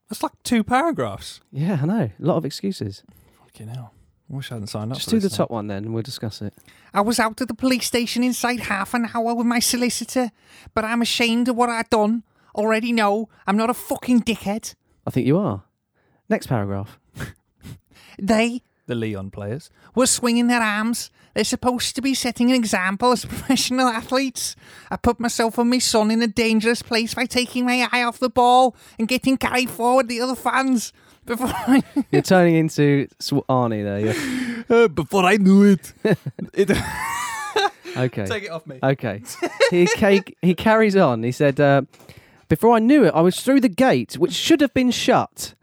Speaker 2: That's like two paragraphs.
Speaker 1: Yeah, I know. A lot of excuses.
Speaker 2: Fucking hell. I wish I hadn't signed up.
Speaker 1: Just
Speaker 2: for
Speaker 1: do the
Speaker 2: this then.
Speaker 1: top one then, and we'll discuss it.
Speaker 5: I was out at the police station inside half an hour with my solicitor, but I'm ashamed of what i done. Already know I'm not a fucking dickhead.
Speaker 1: I think you are. Next paragraph.
Speaker 5: They
Speaker 2: The Leon players.
Speaker 5: were swinging their arms. They're supposed to be setting an example as professional athletes. I put myself and my son in a dangerous place by taking my eye off the ball and getting carried forward the other fans. Before I,
Speaker 1: You're turning into Sw- Arnie there. yeah.
Speaker 2: Uh, before I knew it.
Speaker 1: Okay.
Speaker 2: it off me.
Speaker 1: Okay. he, ca- he carries on. He said, uh, Before I knew it, I was through the gate, which should have been shut.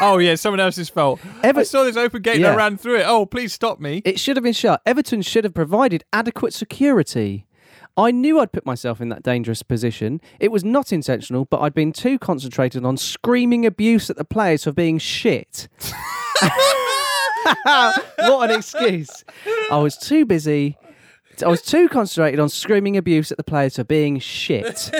Speaker 2: Oh yeah, someone else's fault.
Speaker 1: Ever-
Speaker 2: I saw this open gate
Speaker 1: Yeah.
Speaker 2: and I ran through it. Oh, please stop me.
Speaker 1: It should have been shut. Everton should have provided adequate security. I knew I'd put myself in that dangerous position. It was not intentional, but I'd been too concentrated on screaming abuse at the players for being shit. what an excuse. I was too busy. I was too concentrated on screaming abuse at the players for being shit.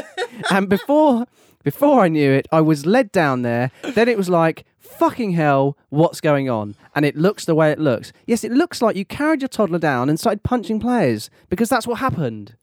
Speaker 1: and before before I knew it, I was led down there. Then it was like, fucking hell, what's going on? And it looks the way it looks. Yes, it looks like you carried your toddler down and started punching players because that's what happened.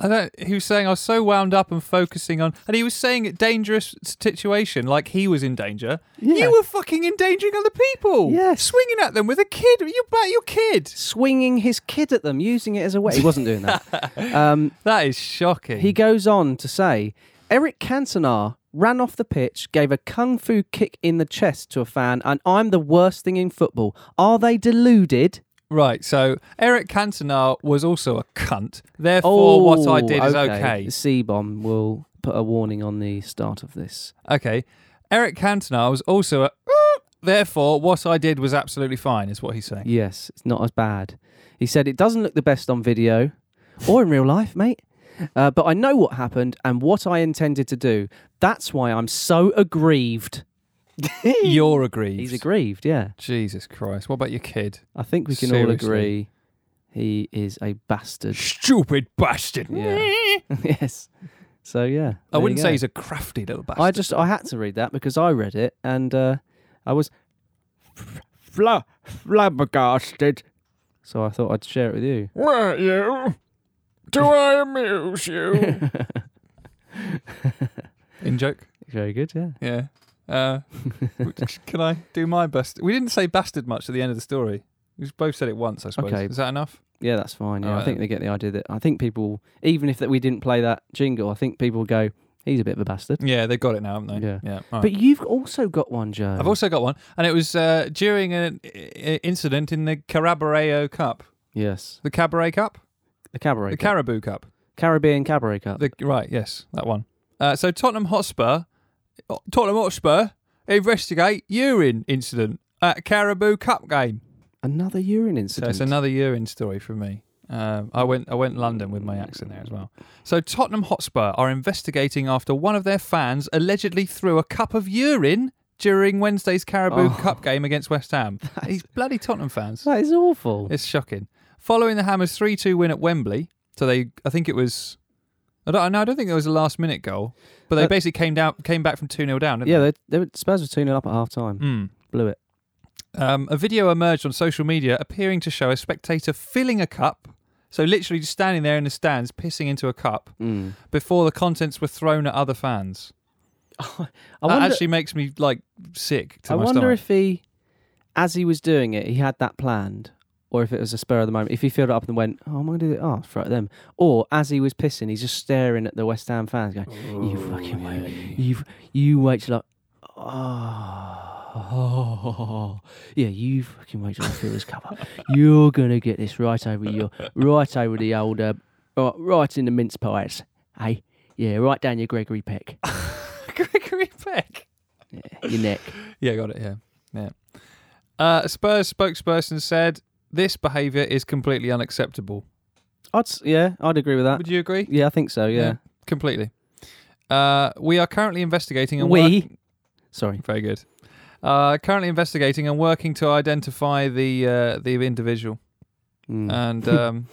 Speaker 2: I don't. He was saying I was so wound up and focusing on, and he was saying it dangerous situation, like he was in danger.
Speaker 1: Yeah.
Speaker 2: You were fucking endangering other people.
Speaker 1: Yes.
Speaker 2: swinging at them with a kid. You bat your kid.
Speaker 1: Swinging his kid at them, using it as a way. He wasn't doing that. um,
Speaker 2: That is shocking.
Speaker 1: He goes on to say Eric Cantona ran off the pitch, gave a kung fu kick in the chest to a fan, and I'm the worst thing in football. Are they deluded?
Speaker 2: right. So Eric Cantona was also a cunt. Therefore, what I did is okay.
Speaker 1: Oh, The C bomb will put a warning on the start of this.
Speaker 2: Okay. Eric Cantona was also a. Therefore, what I did was absolutely fine, is what he's saying.
Speaker 1: Yes, it's not as bad. He said it doesn't look the best on video or in real life, mate. Uh, but I know what happened and what I intended to do. That's why I'm so aggrieved.
Speaker 2: You're aggrieved.
Speaker 1: He's aggrieved, yeah.
Speaker 2: Jesus Christ. What about your kid?
Speaker 1: I think we can all
Speaker 2: Seriously.
Speaker 1: agree he is a bastard.
Speaker 2: Stupid bastard.
Speaker 1: Yeah. yes. So yeah,
Speaker 2: I wouldn't say he's
Speaker 1: I
Speaker 2: a crafty little bastard.
Speaker 1: just I had to read that because I read it and uh, I was
Speaker 6: Fla- flabbergasted.
Speaker 1: so I thought I'd share it with you.
Speaker 6: Were you? Do I amuse you?
Speaker 2: In joke.
Speaker 1: Very good, yeah.
Speaker 2: Yeah. Uh, can I do my best? We didn't say bastard much at the end of the story. We both said it once, I suppose.
Speaker 1: Okay.
Speaker 2: Is that enough?
Speaker 1: Yeah, that's fine. Yeah, I
Speaker 2: Alright
Speaker 1: think
Speaker 2: then.
Speaker 1: they get the idea that I think people, even if that we didn't play that jingle, I think people go, "He's a bit of a bastard."
Speaker 2: Yeah, they got it now, haven't they?
Speaker 1: Yeah.
Speaker 2: Yeah. all right.
Speaker 1: But you've also got one, Joe.
Speaker 2: I've also got one, and it was uh, during an i- i- incident in the Carabareo Cup,
Speaker 1: yes,
Speaker 2: the Cabaret Cup,
Speaker 1: the cabaret,
Speaker 2: the
Speaker 1: Cup.
Speaker 2: Caribou Cup.
Speaker 1: Caribbean cabaret cup.
Speaker 2: The, right, yes, that one. Uh, so Tottenham Hotspur, Tottenham Hotspur investigate urine incident at Caribou Cup game.
Speaker 1: Another urine
Speaker 2: So
Speaker 1: incident.
Speaker 2: it's another urine story from me. Um, I went I went London with my accent there as well. So Tottenham Hotspur are investigating after one of their fans allegedly threw a cup of urine during Wednesday's Caribou
Speaker 1: Oh.
Speaker 2: Cup game against West Ham. These bloody Tottenham fans.
Speaker 1: that is awful.
Speaker 2: It's shocking. Following the Hammers 3 2 win at Wembley, so they, I think it was, I don't, no, I don't think it was a last minute goal, but they
Speaker 1: Uh,
Speaker 2: basically came down, came back from 2 0 down. Didn't
Speaker 1: yeah, they, they were, Spurs were tuning up at half time.
Speaker 2: They? Mm.
Speaker 1: Blew it.
Speaker 2: Um, a video emerged on social media appearing to show a spectator filling a cup, so literally just standing there in the stands, pissing into a cup,
Speaker 1: Mm.
Speaker 2: before the contents were thrown at other fans.
Speaker 1: I
Speaker 2: that
Speaker 1: wonder-
Speaker 2: actually makes me like sick to
Speaker 1: I
Speaker 2: my
Speaker 1: wonder
Speaker 2: stomach.
Speaker 1: if he, as he was doing it, he had that planned, or if it was a spur of the moment. If he filled it up and went, "Oh, I'm gonna do that," oh, throw it at them. Or as he was pissing, he's just staring at the West Ham fans, going, "You fucking wait, you you wait till I." Oh, yeah, you fucking wait till I fill this cup up. You're gonna get this right over your right over the old uh, Right, right in the mince pies. Hey, yeah, right down your Gregory Peck,
Speaker 2: Gregory Peck.
Speaker 1: your neck.
Speaker 2: Yeah, got it. Yeah, yeah. Uh, Spurs spokesperson said this behaviour is completely unacceptable.
Speaker 1: I'd s- yeah, I'd agree with that.
Speaker 2: Would you agree?
Speaker 1: Yeah, I think so. Yeah,
Speaker 2: completely. Uh, we are currently investigating and
Speaker 1: we.
Speaker 2: work-
Speaker 1: Sorry.
Speaker 2: very good. Uh, currently investigating and working to identify the uh, the individual.
Speaker 1: Mm.
Speaker 2: And um,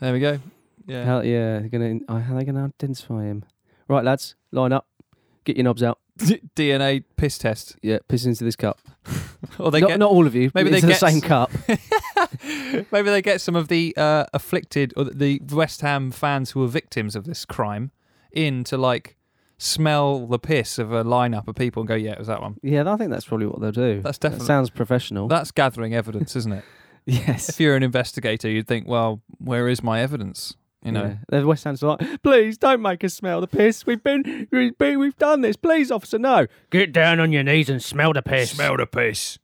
Speaker 2: there we go. Yeah.
Speaker 1: Hell yeah, they're gonna. oh, How are they gonna identify him? Right, lads, line up. Get your knobs out.
Speaker 2: D- DNA piss test.
Speaker 1: Yeah, piss into this cup.
Speaker 2: Or they
Speaker 1: not,
Speaker 2: get
Speaker 1: not all of you.
Speaker 2: maybe
Speaker 1: Maybe
Speaker 2: they
Speaker 1: into the
Speaker 2: get-
Speaker 1: same cup.
Speaker 2: maybe they get some of the uh, afflicted or the West Ham fans who were victims of this crime in to like smell the piss of a lineup of people and go, yeah, it was that one.
Speaker 1: Yeah, I think that's probably what they'll do.
Speaker 2: That's
Speaker 1: That
Speaker 2: definitely
Speaker 1: sounds professional.
Speaker 2: that's gathering evidence, isn't it?
Speaker 1: yes.
Speaker 2: if you're an investigator, you'd think, well, where is my evidence? You know.
Speaker 1: Yeah. The West Ham's like, please don't make us smell the piss. We've been, we've been, we've done this. Please, officer, no.
Speaker 7: Get down on your knees and smell the piss.
Speaker 2: the piss.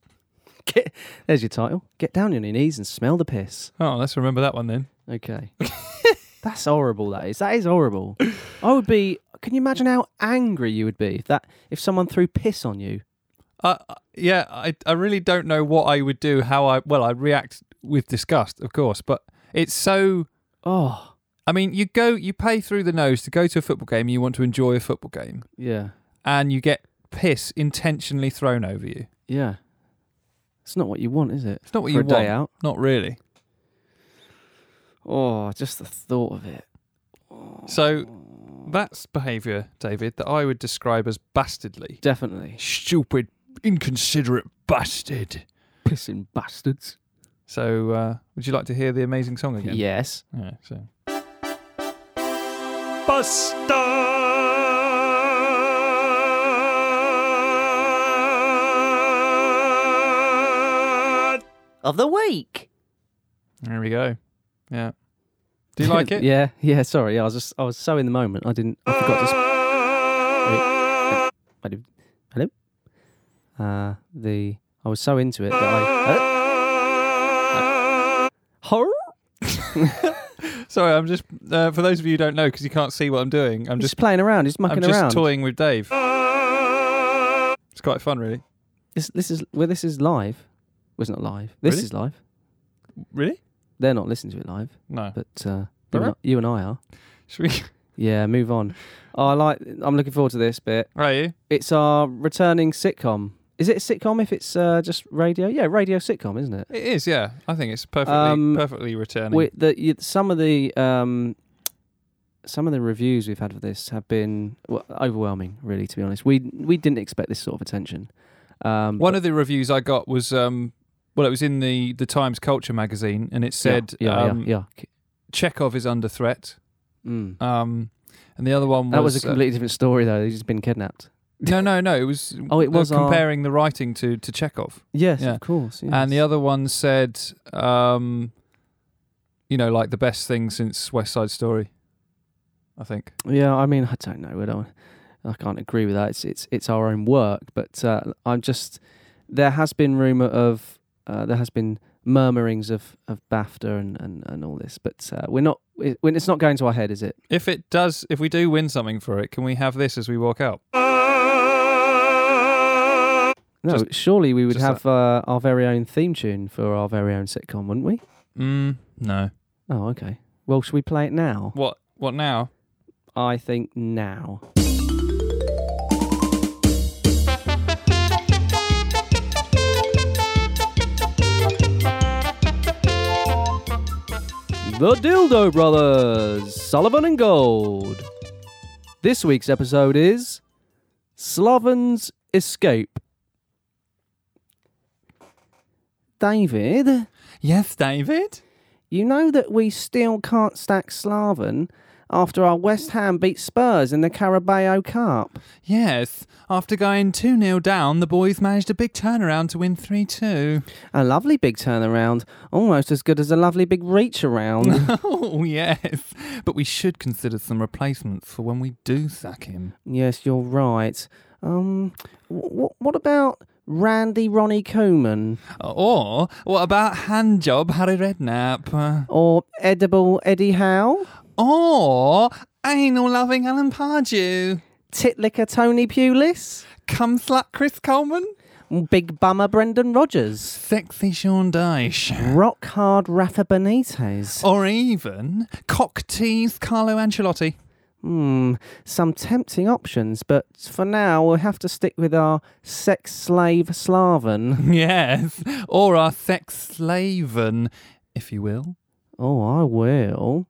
Speaker 1: Get, there's your title. Get down on your knees and smell the piss.
Speaker 2: Oh, let's remember that one then.
Speaker 1: Okay. That's horrible. That is. That is horrible. I would be. Can you imagine how angry you would be if that if someone threw piss on you?
Speaker 2: Uh, yeah, I, I really don't know what I would do, how I, well, I'd react with disgust, of course, but it's so
Speaker 1: Oh,
Speaker 2: I mean, you go, you pay through the nose to go to a football game. You want to enjoy a football game,
Speaker 1: yeah,
Speaker 2: and you get piss intentionally thrown over you.
Speaker 1: yeah. It's not what you want, is it?
Speaker 2: It's not what
Speaker 1: For
Speaker 2: you
Speaker 1: a day out.
Speaker 2: want. Not really.
Speaker 1: Oh, just the thought of it.
Speaker 2: So
Speaker 1: Oh.
Speaker 2: that's behaviour, David, that I would describe as bastardly,
Speaker 1: Definitely
Speaker 2: stupid, inconsiderate bastard.
Speaker 1: pissing bastards.
Speaker 2: So, uh, would you like to hear the amazing song again?
Speaker 1: Yes.
Speaker 2: All right, so.
Speaker 4: of the week.
Speaker 2: There we go. Yeah. Do you like it?
Speaker 1: yeah. Yeah. Sorry, I was just I was so in the moment. I didn't. I forgot to. Sp- Wait, wait, hello. Uh, the I was so into it that I. Uh, Horror.
Speaker 2: Sorry, I'm just uh, for those of you who don't know because you can't see what I'm doing. I'm
Speaker 1: I'm
Speaker 2: just
Speaker 1: just playing around. He's
Speaker 2: I'm
Speaker 1: mucking
Speaker 2: just
Speaker 1: around.
Speaker 2: toying with Dave. It's quite fun, really.
Speaker 1: This, this is well. This is live. Well, it's not live. This
Speaker 2: Really?
Speaker 1: is live.
Speaker 2: Really?
Speaker 1: They're not listening to it live,
Speaker 2: No.
Speaker 1: but uh,
Speaker 2: All
Speaker 1: you, and I,
Speaker 2: right.
Speaker 1: you and I are.
Speaker 2: Should we?
Speaker 1: Yeah, move on. Oh, I like. I'm looking forward to this bit.
Speaker 2: Are you?
Speaker 1: It's our returning sitcom. Is it a sitcom if it's uh, just radio? Yeah, radio sitcom, isn't it?
Speaker 2: It is. Yeah, I think it's perfectly
Speaker 1: Um,
Speaker 2: perfectly returning.
Speaker 1: We, the, you, some of the um, some of the reviews we've had for this have been well, overwhelming, really. To be honest, we we didn't expect this sort of attention. Um,
Speaker 2: One of the reviews I got was um, well, it was in the the Times Culture magazine, and it said
Speaker 1: yeah, yeah,
Speaker 2: um,
Speaker 1: yeah, yeah.
Speaker 2: Chekhov is under threat.
Speaker 1: Mm.
Speaker 2: Um, and the other one was
Speaker 1: That was a
Speaker 2: uh,
Speaker 1: completely different story, though. He's just been kidnapped.
Speaker 2: no, no, no. It was
Speaker 1: Oh, it
Speaker 2: they were
Speaker 1: was our-
Speaker 2: comparing the writing to to Chekhov,
Speaker 1: Yes,
Speaker 2: Yeah.
Speaker 1: of course.
Speaker 2: and the other one said, um, you know, like the best thing since West Side Story. I think.
Speaker 1: Yeah, I mean, I don't know. I don't. I can't agree with that. It's it's it's our own work, but uh, I'm just. There has been rumor of. Uh, there has been murmurings of of BAFTA and and, and all this, but uh, we're not. It, when it's not going to our head, is it?
Speaker 2: If it does, if we do win something for it, can we have this as we walk out?
Speaker 1: No,
Speaker 2: Just-
Speaker 1: surely we would
Speaker 2: just
Speaker 1: have uh, our very own theme tune for our very own sitcom, wouldn't we?
Speaker 2: Mm, no.
Speaker 1: Oh, okay. Well, should we play it now?
Speaker 2: What? What now?
Speaker 1: I think now. The Dildo Brothers, Sullivan and Gold. This week's episode is Sloven's Escape. David,
Speaker 2: Yes, David.
Speaker 1: you know that we still can't stack Slaven after our West Ham beat Spurs in the Carabao Cup.
Speaker 2: Yes. After going 2 0 down, the boys managed a big turnaround to win 3 2.
Speaker 1: A lovely big turnaround, almost as good as a lovely big reach around.
Speaker 2: oh, yes. But we should consider some replacements for when we do sack him.
Speaker 1: yes, you're right. Um, what what about Randy Ronnie Koeman
Speaker 2: Or what about handjob Harry Redknapp?
Speaker 1: or Edible Eddie Howe?
Speaker 5: Or I know loving Alan Pardew.
Speaker 1: Titlicker Tony Pulis,
Speaker 5: Come slut Chris Coleman.
Speaker 1: Big Bummer Brendan Rogers,
Speaker 5: Sexy Sean Dyche.
Speaker 1: Rock Hard Rafa Benitez,
Speaker 5: Or even cock tease Carlo Ancelotti.
Speaker 1: Hmm, some tempting options, but for now we'll have to stick with our sex slave Slaven.
Speaker 5: Yes. Or our sex slaven, if you will.
Speaker 1: Oh, I will.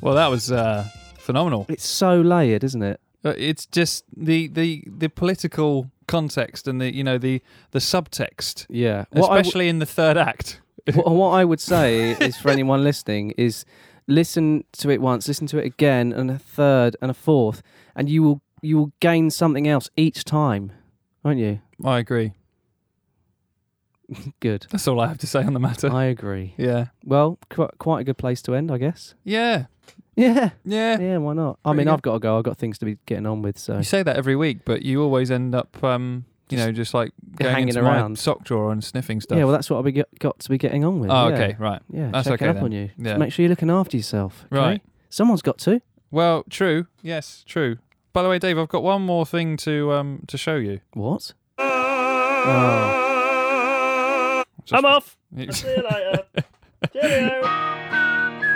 Speaker 2: Well, that was uh, phenomenal.
Speaker 1: It's so layered, isn't it?
Speaker 2: Uh, It's just the the the political context and the you know the the subtext,
Speaker 1: Yeah.
Speaker 2: especially in the third act.
Speaker 1: what, what I would say is for anyone listening is listen to it once, listen to it again, and a third and a fourth, and you will you will gain something else each time, won't you?
Speaker 2: I agree.
Speaker 1: Good.
Speaker 2: That's all I have to say on the matter.
Speaker 1: I agree.
Speaker 2: yeah,
Speaker 1: Well, qu- quite a good place to end, I guess.
Speaker 2: yeah,
Speaker 1: Yeah.
Speaker 2: yeah.
Speaker 1: Yeah. Why not? I
Speaker 2: Pretty
Speaker 1: mean,
Speaker 2: good.
Speaker 1: I've got to go. I've got things to be getting on with. So
Speaker 2: You say that every week, but you always end up, um, you
Speaker 1: Just
Speaker 2: know, just like going
Speaker 1: hanging
Speaker 2: into my
Speaker 1: around.
Speaker 2: sock drawer and sniffing stuff.
Speaker 1: yeah. Well, that's what I've be- got to be getting on with.
Speaker 2: oh,
Speaker 1: yeah.
Speaker 2: okay, right.
Speaker 1: Yeah.
Speaker 2: That's
Speaker 1: check
Speaker 2: okay
Speaker 1: it up
Speaker 2: then.
Speaker 1: on you. So
Speaker 2: Yeah.
Speaker 1: make sure you're looking after yourself. okay?
Speaker 2: Right.
Speaker 1: Someone's got to.
Speaker 2: Well, true. Yes, true. By the way, Dave, I've got one more thing to um to show you.
Speaker 1: What? Oh.
Speaker 7: I'm off.
Speaker 2: It's-
Speaker 7: See you later. Cheerio.